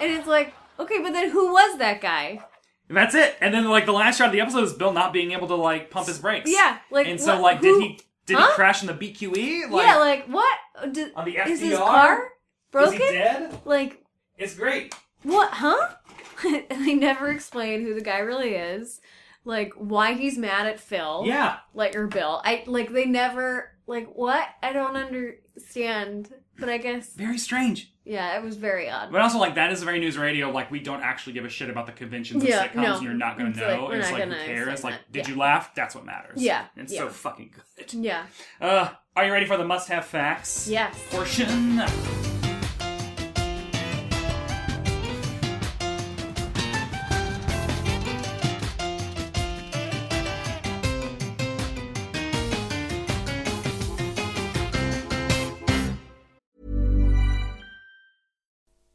Speaker 3: And it's like, okay, but then who was that guy?
Speaker 2: and that's it. And then like the last shot of the episode is Bill not being able to like pump his brakes.
Speaker 3: Yeah, like,
Speaker 2: and so
Speaker 3: what-
Speaker 2: like
Speaker 3: who-
Speaker 2: did he did
Speaker 3: Huh?
Speaker 2: he crash in the BQE? Like,
Speaker 3: yeah, like what? Did,
Speaker 2: on the
Speaker 3: is his
Speaker 2: FDR?
Speaker 3: car broken?
Speaker 2: dead?
Speaker 3: Like
Speaker 2: it's great.
Speaker 3: what? Huh? and they never explain who the guy really is. Like why he's mad at Phil.
Speaker 2: Yeah.
Speaker 3: Like or Bill. I like they never like what? I don't understand. But I guess
Speaker 2: Very strange.
Speaker 3: yeah, it was very odd.
Speaker 2: But also, like, that is very news radio. Like, we don't actually give a shit about the conventions of
Speaker 3: Yeah,
Speaker 2: sitcoms,
Speaker 3: no.
Speaker 2: and you're not going
Speaker 3: It's
Speaker 2: to
Speaker 3: like,
Speaker 2: know.
Speaker 3: we're
Speaker 2: and it's
Speaker 3: not
Speaker 2: like, who
Speaker 3: gonna
Speaker 2: cares?
Speaker 3: explain
Speaker 2: Like,
Speaker 3: that.
Speaker 2: did
Speaker 3: Yeah.
Speaker 2: you laugh? That's what matters.
Speaker 3: Yeah,
Speaker 2: It's
Speaker 3: yeah.
Speaker 2: so fucking good.
Speaker 3: Yeah.
Speaker 2: Uh, are you ready for the must-have facts?
Speaker 3: Yes. Hmm.
Speaker 2: Portion.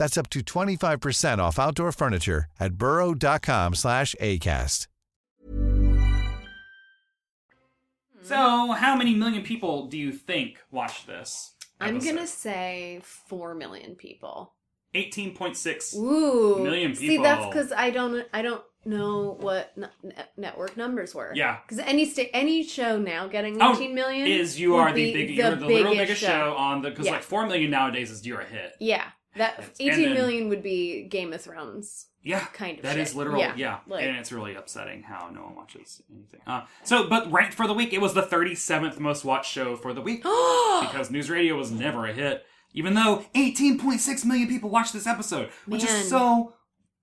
Speaker 10: That's up to 25% off outdoor furniture at burrow.com slash ACAST.
Speaker 2: So, how many million people do you think watched this?
Speaker 3: I'm gonna say four million people.
Speaker 2: Eighteen point six
Speaker 3: Ooh,
Speaker 2: million people.
Speaker 3: See, that's because I don't, I don't know what n- net- network numbers were.
Speaker 2: Yeah.
Speaker 3: because any sta- any show now getting
Speaker 2: Oh,
Speaker 3: eighteen million
Speaker 2: is you
Speaker 3: would
Speaker 2: are the
Speaker 3: be
Speaker 2: big, you're the literal biggest
Speaker 3: biggest
Speaker 2: show, on the because
Speaker 3: Yeah.
Speaker 2: like four million nowadays is you're a hit.
Speaker 3: Yeah, that
Speaker 2: And
Speaker 3: eighteen million
Speaker 2: then-
Speaker 3: would be Game of Thrones.
Speaker 2: Yeah,
Speaker 3: kind of.
Speaker 2: That
Speaker 3: shit.
Speaker 2: is literal. Yeah,
Speaker 3: like-
Speaker 2: and it's really upsetting how no one watches anything. Uh, so, but ranked for the week, it was the 37th most watched show for the week because news radio was never a hit, even though 18.6 million people watched this episode, which
Speaker 3: Man.
Speaker 2: is so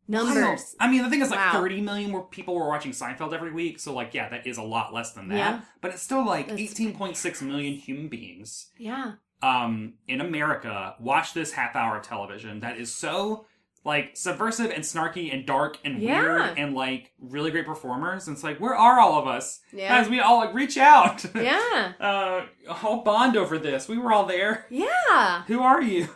Speaker 3: numbers.
Speaker 2: wild. I mean, the thing is, like
Speaker 3: Wow.
Speaker 2: 30 million more people were watching Seinfeld every week, so like, yeah, that is a lot less than that.
Speaker 3: Yeah.
Speaker 2: But it's still like 18.6 million human beings
Speaker 3: Yeah.
Speaker 2: um, in America watch this half hour of television that is so like subversive and snarky and dark and
Speaker 3: Yeah.
Speaker 2: weird and like really great performers. And it's like, where are all of us?
Speaker 3: Yeah.
Speaker 2: Guys, we all like reach out.
Speaker 3: Yeah.
Speaker 2: uh, all bond over this. We were all there.
Speaker 3: Yeah.
Speaker 2: Who are you?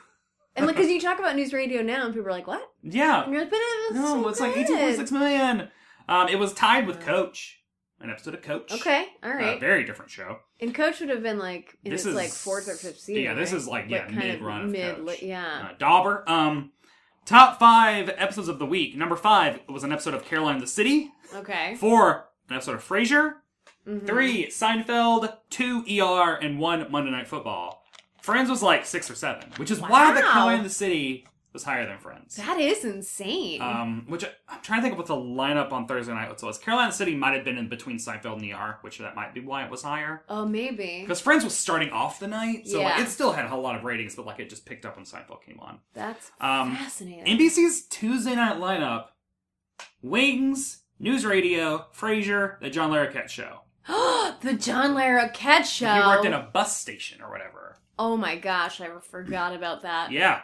Speaker 3: And like, because you talk about news radio now, and people are like, "What?"
Speaker 2: Yeah.
Speaker 3: And you're like, "But it was
Speaker 2: No,
Speaker 3: so
Speaker 2: it's like
Speaker 3: good." Uh,
Speaker 2: 18.6 million. Um, it was tied with Coach, an episode of Coach.
Speaker 3: Okay, all
Speaker 2: A
Speaker 3: right.
Speaker 2: very different show.
Speaker 3: And Coach would have been like in
Speaker 2: This
Speaker 3: its like
Speaker 2: is-
Speaker 3: fourth or fifth season.
Speaker 2: yeah, this
Speaker 3: right?
Speaker 2: is, like, yeah,
Speaker 3: But kind of
Speaker 2: mid-run of
Speaker 3: mid-
Speaker 2: Coach.
Speaker 3: Yeah.
Speaker 2: uh, Dauber. Um, top five episodes of the week. Number five was an episode of Caroline in the City.
Speaker 3: okay.
Speaker 2: Four, an episode of Frasier.
Speaker 3: Mhm.
Speaker 2: Three, Seinfeld. Two, ER, and one, Monday Night Football. Friends was like six or seven, which is why the
Speaker 3: Wow.
Speaker 2: Caroline in the City was higher than Friends.
Speaker 3: That is insane.
Speaker 2: Um, which I, I'm trying to think of what the lineup on Thursday night was. Carolina City might have been in between Seinfeld and ER, which that might be why it was higher.
Speaker 3: oh, maybe.
Speaker 2: Because Friends was starting off the night, so like,
Speaker 3: Yeah.
Speaker 2: it still had a lot of ratings, but like it just picked up when Seinfeld came on.
Speaker 3: That's
Speaker 2: Um,
Speaker 3: fascinating.
Speaker 2: NBC's Tuesday night lineup: Wings, News Radio, Frasier, The John Larroquette Show.
Speaker 3: the John Larroquette show.
Speaker 2: He worked in a bus station or whatever.
Speaker 3: Oh my gosh, I forgot about that.
Speaker 2: Yeah,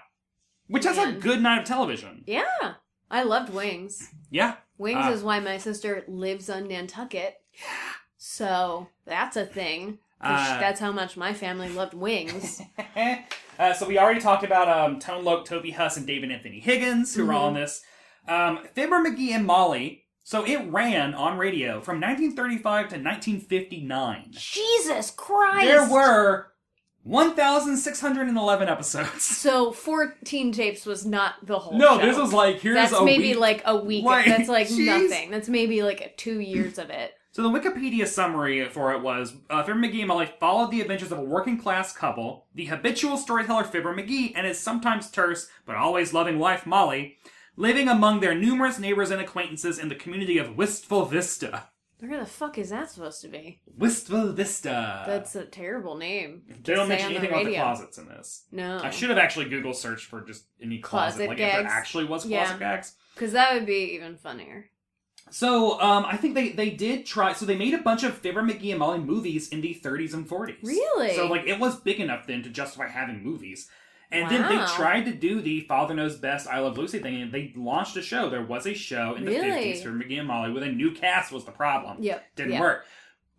Speaker 2: which that's a good night of television.
Speaker 3: Yeah. I loved Wings.
Speaker 2: Yeah,
Speaker 3: Wings
Speaker 2: Uh,
Speaker 3: is why my sister lives on Nantucket. Yeah. So that's a thing. 'Cause
Speaker 2: Uh,
Speaker 3: that's how much my family loved Wings.
Speaker 2: Uh, so we already talked about um, Tone Loc, Toby Huss, and David Anthony Higgins, who were all in
Speaker 3: Mhm.
Speaker 2: this. Um, Fibber McGee and Molly. So it ran on radio from 1935 to 1959.
Speaker 6: Jesus Christ!
Speaker 2: There were 1,611 episodes.
Speaker 3: So fourteen tapes was not the whole.
Speaker 2: No,
Speaker 3: show.
Speaker 2: this was like, here's
Speaker 3: that's
Speaker 2: a
Speaker 3: maybe
Speaker 2: week.
Speaker 3: like a week.
Speaker 2: Right.
Speaker 3: That's like
Speaker 2: Jeez.
Speaker 3: nothing. That's maybe like two years of it.
Speaker 2: So the Wikipedia summary for it was uh, Fibber McGee and Molly followed the adventures of a working class couple, the habitual storyteller Fibber McGee and his sometimes terse but always loving wife Molly, living among their numerous neighbors and acquaintances in the community of Wistful Vista.
Speaker 3: Where the fuck is that supposed to be?
Speaker 2: Wistful Vista.
Speaker 3: That's a terrible name.
Speaker 2: Uh, they
Speaker 3: to
Speaker 2: don't
Speaker 3: say
Speaker 2: mention
Speaker 3: on
Speaker 2: anything
Speaker 3: the
Speaker 2: about the
Speaker 3: radio.
Speaker 2: closets in this.
Speaker 3: No.
Speaker 2: I should have actually Google searched for just any closet,
Speaker 3: Closet
Speaker 2: like if
Speaker 3: gags.
Speaker 2: there actually was
Speaker 3: Yeah.
Speaker 2: closet gags.
Speaker 3: Because that would be even funnier.
Speaker 2: So um, I think they they did try. So they made a bunch of Fibber McGee and Molly movies in the 30s and 40s.
Speaker 3: Really?
Speaker 2: So like it was big enough then to justify having movies. And then they
Speaker 3: Wow.
Speaker 2: tried to do the Father Knows Best, I Love Lucy thing, and they launched a show. There was a show in the
Speaker 3: Really?
Speaker 2: 50s for Mickey and Molly with a new cast was the problem.
Speaker 3: Yep.
Speaker 2: Didn't
Speaker 3: Yeah.
Speaker 2: work.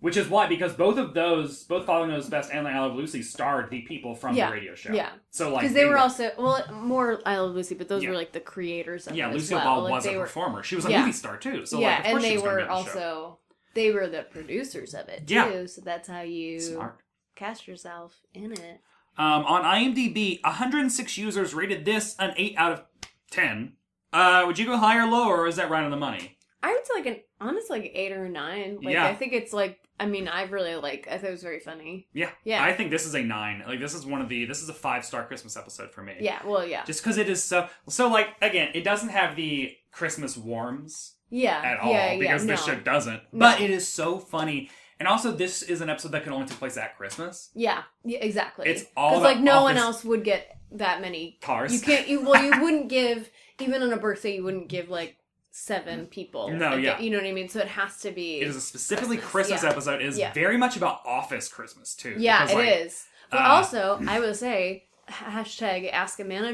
Speaker 2: Which is why, because both of those, both Father Knows Best and I Love Lucy starred the people from
Speaker 3: yeah.
Speaker 2: the radio show.
Speaker 3: Yeah.
Speaker 2: So, like,
Speaker 3: because they, were, also well more I Love Lucy, but those
Speaker 2: Yeah.
Speaker 3: were like the creators of
Speaker 2: Yeah,
Speaker 3: it as
Speaker 2: Lucille
Speaker 3: well.
Speaker 2: Ball
Speaker 3: Like,
Speaker 2: was a
Speaker 3: they were-
Speaker 2: performer. She was a
Speaker 3: Yeah.
Speaker 2: movie star, too. So,
Speaker 3: yeah,
Speaker 2: like, of
Speaker 3: and
Speaker 2: course she
Speaker 3: they
Speaker 2: was gonna be
Speaker 3: were
Speaker 2: on the
Speaker 3: also
Speaker 2: show.
Speaker 3: they were the producers of it too.
Speaker 2: Yeah.
Speaker 3: So that's how you
Speaker 2: Smart.
Speaker 3: cast yourself in it.
Speaker 2: Um, on IMDb, 106 users rated this an 8 out of 10. Uh, would you go high or low, or is that right on the money?
Speaker 3: I would say like an honestly like eight or nine. Like
Speaker 2: Yeah.
Speaker 3: I think it's like I mean I really like I thought it was very funny.
Speaker 2: Yeah.
Speaker 3: Yeah.
Speaker 2: I think this is a 9. Like, this is one of the, this is a five star Christmas episode for me.
Speaker 3: Yeah. Well, yeah.
Speaker 2: Just because it is so, so like, again, it doesn't have the Christmas warms
Speaker 3: Uh, yeah.
Speaker 2: at all,
Speaker 3: Yeah, yeah,
Speaker 2: because this
Speaker 3: no.
Speaker 2: show doesn't. But it is so funny. And also, this is an episode that can only take place at Christmas.
Speaker 3: Yeah, yeah, exactly.
Speaker 2: It's all
Speaker 3: because like
Speaker 2: about
Speaker 3: no one
Speaker 2: office-
Speaker 3: else would get that many
Speaker 2: Cars.
Speaker 3: You can't. You well, you wouldn't give even on a birthday. You wouldn't give like seven people.
Speaker 2: No,
Speaker 3: a
Speaker 2: yeah.
Speaker 3: ga- you know what I mean. So it has to be.
Speaker 2: It is a specifically Christmas,
Speaker 3: yeah.
Speaker 2: episode. It is
Speaker 3: Yeah.
Speaker 2: very much about office Christmas, too.
Speaker 3: yeah, it
Speaker 2: because,
Speaker 3: is.
Speaker 2: like,
Speaker 3: But
Speaker 2: uh,
Speaker 3: also, I will say hashtag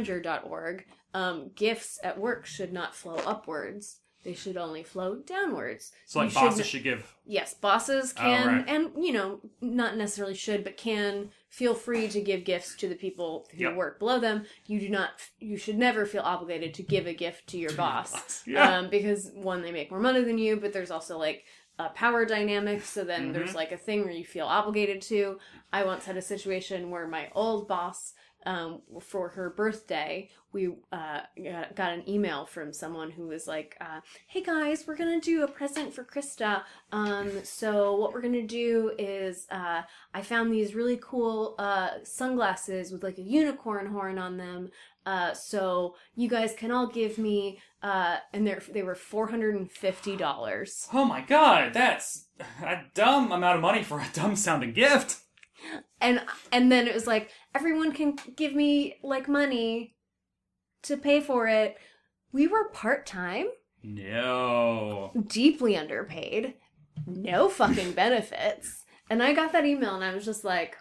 Speaker 3: askamanager.org. Um, gifts at work should not flow upwards. They should only flow downwards.
Speaker 2: So, like,
Speaker 3: You
Speaker 2: bosses
Speaker 3: n-
Speaker 2: should give
Speaker 3: Yes, bosses
Speaker 2: Oh,
Speaker 3: can,
Speaker 2: right.
Speaker 3: and you know, not necessarily should, but can feel free to give gifts to the people who
Speaker 2: Yep.
Speaker 3: work below them. You do not, you should never feel obligated to give a gift to your boss,
Speaker 2: Yeah.
Speaker 3: um, because one, they make more money than you, but there's also like a power dynamic. So then there's
Speaker 2: Mhm.
Speaker 3: like a thing where you feel obligated to. I once had a situation where my old boss. Um, for her birthday, we uh, got, got an email from someone who was like, uh, "Hey guys, we're gonna do a present for Krista. Um, so what we're gonna do is uh, I found these really cool uh, sunglasses with like a unicorn horn on them. Uh, so you guys can all give me uh, and they they were four hundred and fifty dollars.
Speaker 2: Oh my god, that's a dumb amount of money for a dumb sounding gift.
Speaker 3: and and then it was like everyone can give me like money to pay for it. We were part time.
Speaker 2: No.
Speaker 3: deeply underpaid, no fucking benefits. And I got that email and I was just like,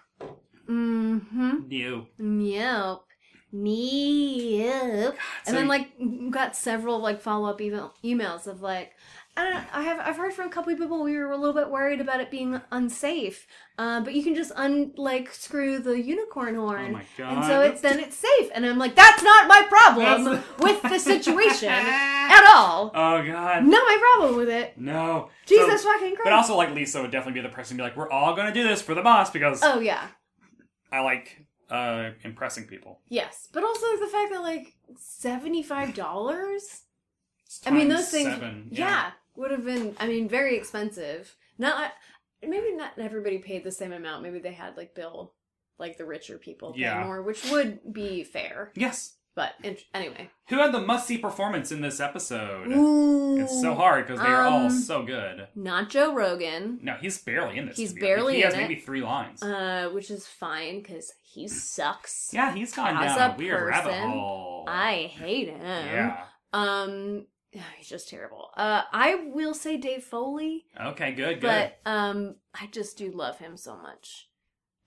Speaker 3: mm hmm,
Speaker 2: New.
Speaker 3: nope, nope.
Speaker 2: so
Speaker 3: And then,
Speaker 2: you-
Speaker 3: like, got several, like, follow up email- emails of, like, I don't I have I've heard from a couple of people we were a little bit worried about it being unsafe, uh, but you can just un like screw the unicorn horn,
Speaker 2: Oh my
Speaker 3: and so
Speaker 2: God.
Speaker 3: it's then it's safe. And I'm like, that's not my problem
Speaker 2: That's-
Speaker 3: with the situation at all.
Speaker 2: Oh god.
Speaker 3: Not my problem with it.
Speaker 2: No.
Speaker 3: Jesus fucking
Speaker 2: But
Speaker 3: Christ.
Speaker 2: also, like, Lisa would definitely be the person to be like, we're all gonna do this for the boss because
Speaker 3: Oh yeah.
Speaker 2: I like uh impressing people.
Speaker 3: Yes. But also the fact that like seventy five dollars I mean
Speaker 2: times
Speaker 3: those things
Speaker 2: seven,
Speaker 3: yeah.
Speaker 2: yeah.
Speaker 3: would have been I mean very expensive. Not maybe not everybody paid the same amount. Maybe they had like bill like the richer people pay
Speaker 2: Yeah.
Speaker 3: more, which would be fair.
Speaker 2: Yes.
Speaker 3: But in- anyway.
Speaker 2: Who had the must see performance in this episode?
Speaker 3: Ooh.
Speaker 2: It's so hard because they are all
Speaker 3: Um,
Speaker 2: so good.
Speaker 3: Not Joe Rogan.
Speaker 2: No, he's barely in this.
Speaker 3: He's
Speaker 2: to be honest.
Speaker 3: barely
Speaker 2: He has
Speaker 3: in it.
Speaker 2: maybe three lines.
Speaker 3: Uh, which is fine because he sucks.
Speaker 2: Yeah, he's gone
Speaker 3: as
Speaker 2: down a
Speaker 3: a
Speaker 2: weird rabbit
Speaker 3: person.
Speaker 2: hole.
Speaker 3: I hate him.
Speaker 2: Yeah.
Speaker 3: Um, he's just terrible. Uh, I will say Dave Foley,
Speaker 2: Okay, good, good.
Speaker 3: but um, I just do love him so much.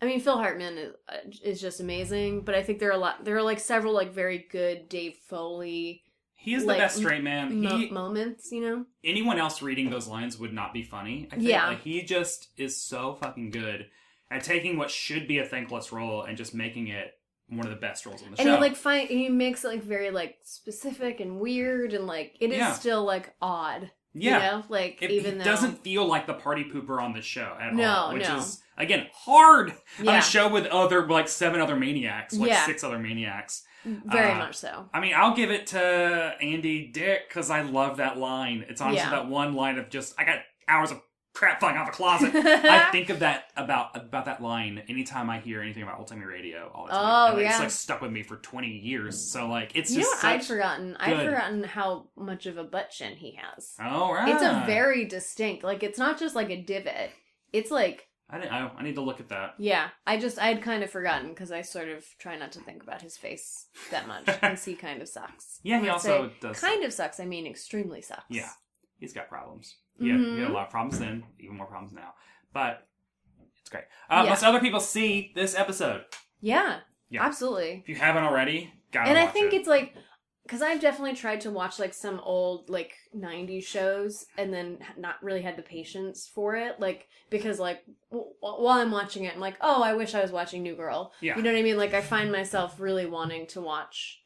Speaker 3: I mean, Phil Hartman is, uh, is just amazing, but I think there are a lot. There are like several like very good Dave Foley.
Speaker 2: He is the
Speaker 3: like,
Speaker 2: best straight man.
Speaker 3: mo-
Speaker 2: He-
Speaker 3: moments, you know.
Speaker 2: anyone else reading those lines would not be funny. I think
Speaker 3: Yeah.
Speaker 2: like, he just is so fucking good at taking what should be a thankless role and just making it one of the best roles on the
Speaker 3: And
Speaker 2: show.
Speaker 3: he like find he makes it like very like specific and weird and like it is
Speaker 2: Yeah.
Speaker 3: still like odd.
Speaker 2: yeah,
Speaker 3: You know? Like
Speaker 2: it,
Speaker 3: even
Speaker 2: it
Speaker 3: though
Speaker 2: doesn't feel like the party pooper on the show at
Speaker 3: No,
Speaker 2: all, which
Speaker 3: no.
Speaker 2: is again hard on
Speaker 3: Yeah.
Speaker 2: a show with other like seven other maniacs, like
Speaker 3: Yeah.
Speaker 2: six other maniacs.
Speaker 3: very
Speaker 2: uh,
Speaker 3: much so.
Speaker 2: I mean, I'll give it to Andy Dick because I love that line. It's honestly
Speaker 3: Yeah.
Speaker 2: that one line of just I got hours of crap flying out of a closet. I think of that about about that line anytime I hear anything about old timey radio all the time.
Speaker 3: Oh,
Speaker 2: And, like,
Speaker 3: yeah.
Speaker 2: It's like stuck with me for twenty years. So like it's
Speaker 3: you know
Speaker 2: just
Speaker 3: what I'd
Speaker 2: such
Speaker 3: forgotten? I'd
Speaker 2: good-
Speaker 3: forgotten how much of a butt chin he has.
Speaker 2: Oh right.
Speaker 3: It's a very distinct. Like it's not just like a divot. It's like
Speaker 2: I didn't. oh, I, I need to look at that.
Speaker 3: yeah. I just I'd kind of forgotten because I sort of try not to think about his face that much because he kind of sucks.
Speaker 2: Yeah, he
Speaker 3: When I
Speaker 2: also
Speaker 3: say
Speaker 2: does-
Speaker 3: Kind of sucks. I mean, extremely sucks.
Speaker 2: Yeah, he's got problems. Yeah, he had
Speaker 3: Mhm.
Speaker 2: a lot of problems then, even more problems now. But it's great. Uh,
Speaker 3: Yeah.
Speaker 2: Must other people see this episode?
Speaker 3: Yeah.
Speaker 2: Yeah.
Speaker 3: Absolutely.
Speaker 2: If you haven't already, gotta
Speaker 3: and I
Speaker 2: watch
Speaker 3: think
Speaker 2: it.
Speaker 3: it's like because I've definitely tried to watch like some old like '90s shows and then h- not really had the patience for it. Like because like w- w- while I'm watching it, I'm like, oh, I wish I was watching New Girl.
Speaker 11: Yeah.
Speaker 3: You know what I mean? Like I find myself really wanting to watch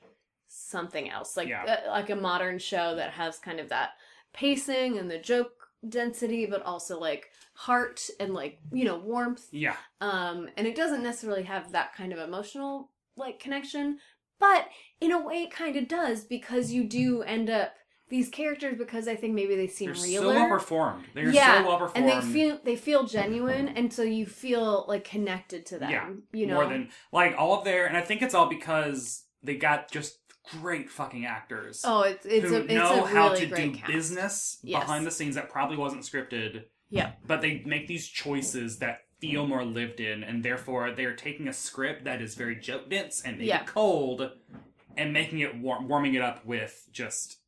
Speaker 3: something else, like
Speaker 11: Yeah.
Speaker 3: uh, like a modern show that has kind of that pacing and the joke density, but also like heart and like you know warmth
Speaker 2: Yeah.
Speaker 3: um and it doesn't necessarily have that kind of emotional like connection but in a way it kind of does because you do end up these characters because i think maybe they seem
Speaker 2: They're
Speaker 3: realer
Speaker 2: so well performed. They're
Speaker 3: yeah,
Speaker 2: so well performed.
Speaker 3: and they feel they feel genuine and so you feel like connected to them
Speaker 2: yeah,
Speaker 3: you know
Speaker 2: more than like all of their, and I think it's all because they got just great fucking actors.
Speaker 3: Oh, it's- it's
Speaker 2: who
Speaker 3: a- it's
Speaker 2: know
Speaker 3: a
Speaker 2: how
Speaker 3: really
Speaker 2: to
Speaker 3: great
Speaker 2: do
Speaker 3: cast.
Speaker 2: business
Speaker 3: Yes.
Speaker 2: behind the scenes that probably wasn't scripted.
Speaker 3: Yeah.
Speaker 2: but they make these choices that feel more lived in, and therefore they are taking a script that is very joke dense and maybe
Speaker 3: Yeah.
Speaker 2: cold, and making it war- warming it up with just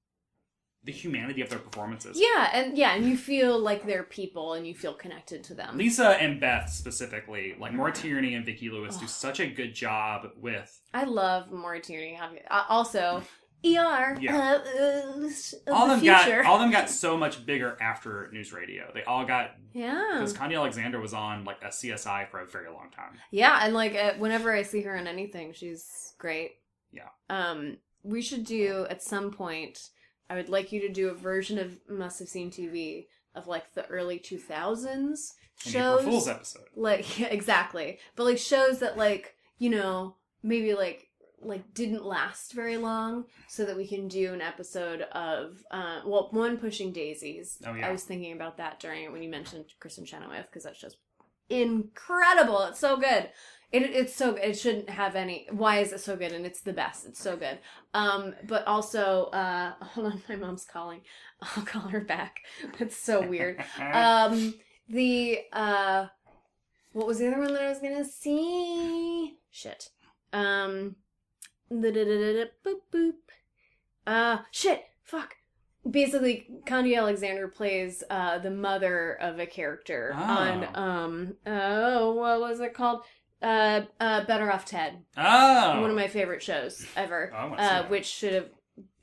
Speaker 2: the humanity of their performances.
Speaker 3: yeah and yeah and you feel like they're people and you feel connected to them
Speaker 2: Lisa and Beth specifically, like Maura Tierney and Vicki Lewis, do
Speaker 3: Ugh.
Speaker 2: such a good job with
Speaker 3: i love Maura Tierney. obvi- uh, also er
Speaker 2: Yeah.
Speaker 3: uh, uh, s- of
Speaker 2: all
Speaker 3: the
Speaker 2: them
Speaker 3: future.
Speaker 2: got all them got so much bigger after news radio. They all got
Speaker 3: yeah
Speaker 2: because Connie Alexander was on like a CSI for a very long time.
Speaker 3: Yeah, and like uh, whenever I see her in anything, she's great.
Speaker 2: Yeah.
Speaker 3: Um, we should do at some point. I would like you to do a version of Must Have Seen TV of like the early two thousands
Speaker 2: An
Speaker 3: shows.
Speaker 2: April Fool's episode.
Speaker 3: Like yeah, exactly, but like shows that like you know maybe like like didn't last very long, so that we can do an episode of uh, well one pushing daisies.
Speaker 11: Oh, yeah.
Speaker 3: I was thinking about that during when you mentioned Kristen Chenoweth because that's just incredible. It's so good. It, it's so good. It shouldn't have any. Why is it so good? And it's the best. It's so good. Um, but also, uh, hold on, my mom's calling. I'll call her back. That's so weird. um, the uh, what was the other one that I was gonna see? Shit. Um, da da da da boop boop. Uh, shit. Fuck basically Condi Alexander plays uh the mother of a character
Speaker 2: Oh.
Speaker 3: on um oh what was it called uh uh Better Off Ted.
Speaker 2: Oh.
Speaker 3: One of my favorite shows ever.
Speaker 2: I wanna see
Speaker 3: uh
Speaker 2: that.
Speaker 3: which should have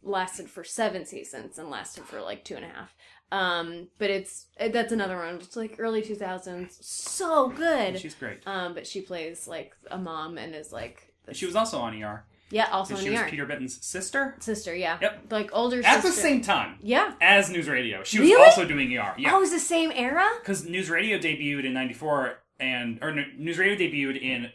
Speaker 3: lasted for seven seasons and lasted for like two and a half. Um but it's uh, that's another one. It's like early two thousands. So good.
Speaker 2: She's great.
Speaker 3: Um but she plays like a mom and is like
Speaker 2: She was also on ER.
Speaker 3: yeah, also
Speaker 2: And
Speaker 3: on
Speaker 2: she
Speaker 3: ER.
Speaker 2: was Peter Benton's sister
Speaker 3: sister, yeah. Yep. Like older
Speaker 2: at the
Speaker 3: sister.
Speaker 2: same time
Speaker 3: Yeah.
Speaker 2: as News Radio. She was
Speaker 3: Really?
Speaker 2: also doing ER. Yeah.
Speaker 3: Oh, it was the same era?
Speaker 2: because News Radio debuted in '94, and or no, News Radio debuted in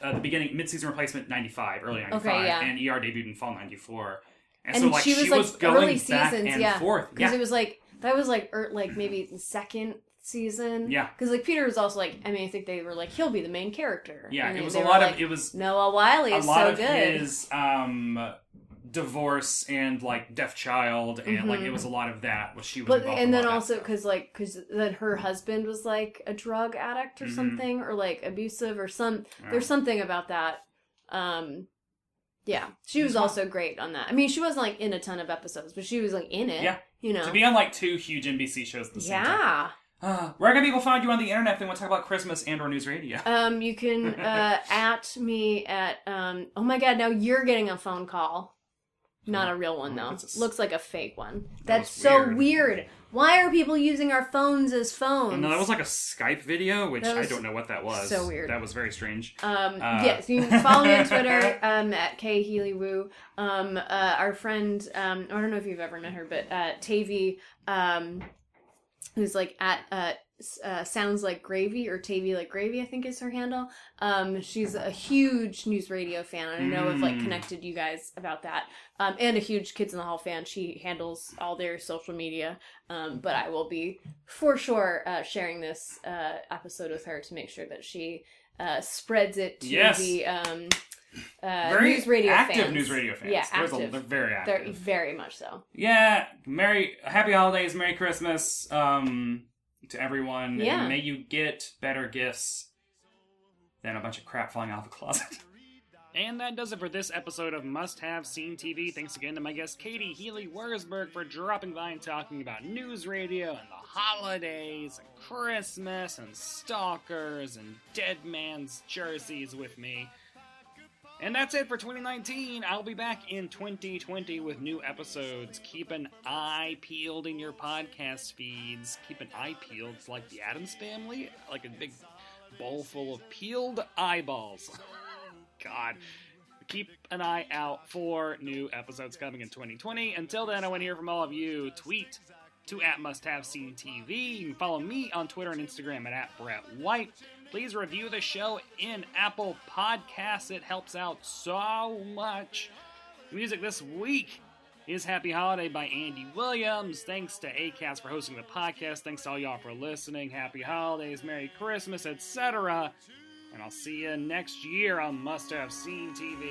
Speaker 2: uh, the beginning mid-season replacement '95, early '95,
Speaker 3: Okay, yeah.
Speaker 2: and ER debuted in fall '94. And,
Speaker 3: and
Speaker 2: so like
Speaker 3: she was like
Speaker 2: going
Speaker 3: early
Speaker 2: back
Speaker 3: seasons,
Speaker 2: and
Speaker 3: yeah,
Speaker 2: forth,
Speaker 3: because
Speaker 2: yeah,
Speaker 3: it was like that was like er, like maybe the second season,
Speaker 2: Yeah.
Speaker 3: because like Peter was also like I mean I think they were like he'll be the main character,
Speaker 2: yeah.
Speaker 3: And
Speaker 2: It
Speaker 3: they-
Speaker 2: was
Speaker 3: they
Speaker 2: a
Speaker 3: were
Speaker 2: lot
Speaker 3: like,
Speaker 2: of it was
Speaker 3: Noah Wiley
Speaker 2: a
Speaker 3: is
Speaker 2: lot
Speaker 3: so
Speaker 2: of
Speaker 3: good,
Speaker 2: his um, divorce and like deaf child, and like
Speaker 3: Mhm.
Speaker 2: it was a lot of that. Was she was
Speaker 3: but
Speaker 2: involved in
Speaker 3: and
Speaker 2: a
Speaker 3: then
Speaker 2: lot of
Speaker 3: also because like because then her husband was like a drug addict or
Speaker 2: Mhm.
Speaker 3: something or like abusive or some
Speaker 2: Yeah.
Speaker 3: there's something about that, um. Yeah, she was also great on that. I mean, she wasn't like in a ton of episodes, but she was like in
Speaker 2: that.
Speaker 3: it.
Speaker 2: yeah,
Speaker 3: you know.
Speaker 2: to be on like two huge NBC shows at the same time.
Speaker 3: yeah.
Speaker 2: Uh, where can people find you on the internet if they want to talk about Christmas and or news radio?
Speaker 3: Um, you can uh, at me at um. Oh my God! Now you're getting a phone call. Not a real
Speaker 2: Oh,
Speaker 3: one though. Looks like a fake one. That's so weird. Why are people using our phones as phones?
Speaker 2: No, that was like a Skype video, which
Speaker 3: That
Speaker 2: I
Speaker 3: was
Speaker 2: don't know what that was.
Speaker 3: so weird.
Speaker 2: That was very strange.
Speaker 3: Um,
Speaker 2: Uh,
Speaker 3: yes, you can follow me on Twitter um, at Kay Healy Woo. Um, uh, our friend, um, I don't know if you've ever met her, but uh, Tavy, um, who's like at uh, s- uh, sounds like gravy or Tavy like gravy, I think is her handle. Um, she's a huge news radio fan. and I know I've
Speaker 2: Hmm.
Speaker 3: like
Speaker 11: Mm.
Speaker 3: connected you guys about that, um, and a huge Kids in the Hall fan. She handles all their social media. Um, but I will be for sure uh, sharing this uh, episode with her to make sure that she uh, spreads it to
Speaker 2: Yes.
Speaker 3: the um, uh,
Speaker 2: Very
Speaker 3: news radio
Speaker 2: active
Speaker 3: fans.
Speaker 2: news radio fans.
Speaker 3: Yeah,
Speaker 2: There's a-
Speaker 3: active.
Speaker 2: they're very
Speaker 3: They're
Speaker 2: active.
Speaker 3: very much so.
Speaker 2: yeah, Merry, Happy Holidays, Merry Christmas um, to everyone.
Speaker 3: Yeah.
Speaker 2: And may you get better gifts than a bunch of crap falling out of a closet. And that does it for this episode of Must Have Seen TV. Thanks again to my guest Katie Healy Wurzberg for dropping by and talking about news radio and the holidays and Christmas and stalkers and dead man's jerseys with me. And that's it for 2019. I'll be back in 2020 with new episodes. Keep an eye peeled in your podcast feeds. Keep an eye peeled. It's like the Adams family, like a big bowl full of peeled eyeballs. God. Keep an eye out for new episodes coming in 2020. Until then, I want to hear from all of you. Tweet to at Must Have Seen TV. You can follow me on Twitter and Instagram at, at Brett White. Please review the show in Apple Podcasts. It helps out so much. The music this week is Happy Holiday by Andy Williams. Thanks to ACAS for hosting the podcast. Thanks to all y'all for listening. Happy Holidays, Merry Christmas, etc. And I'll see you next year on Must Have Seen TV.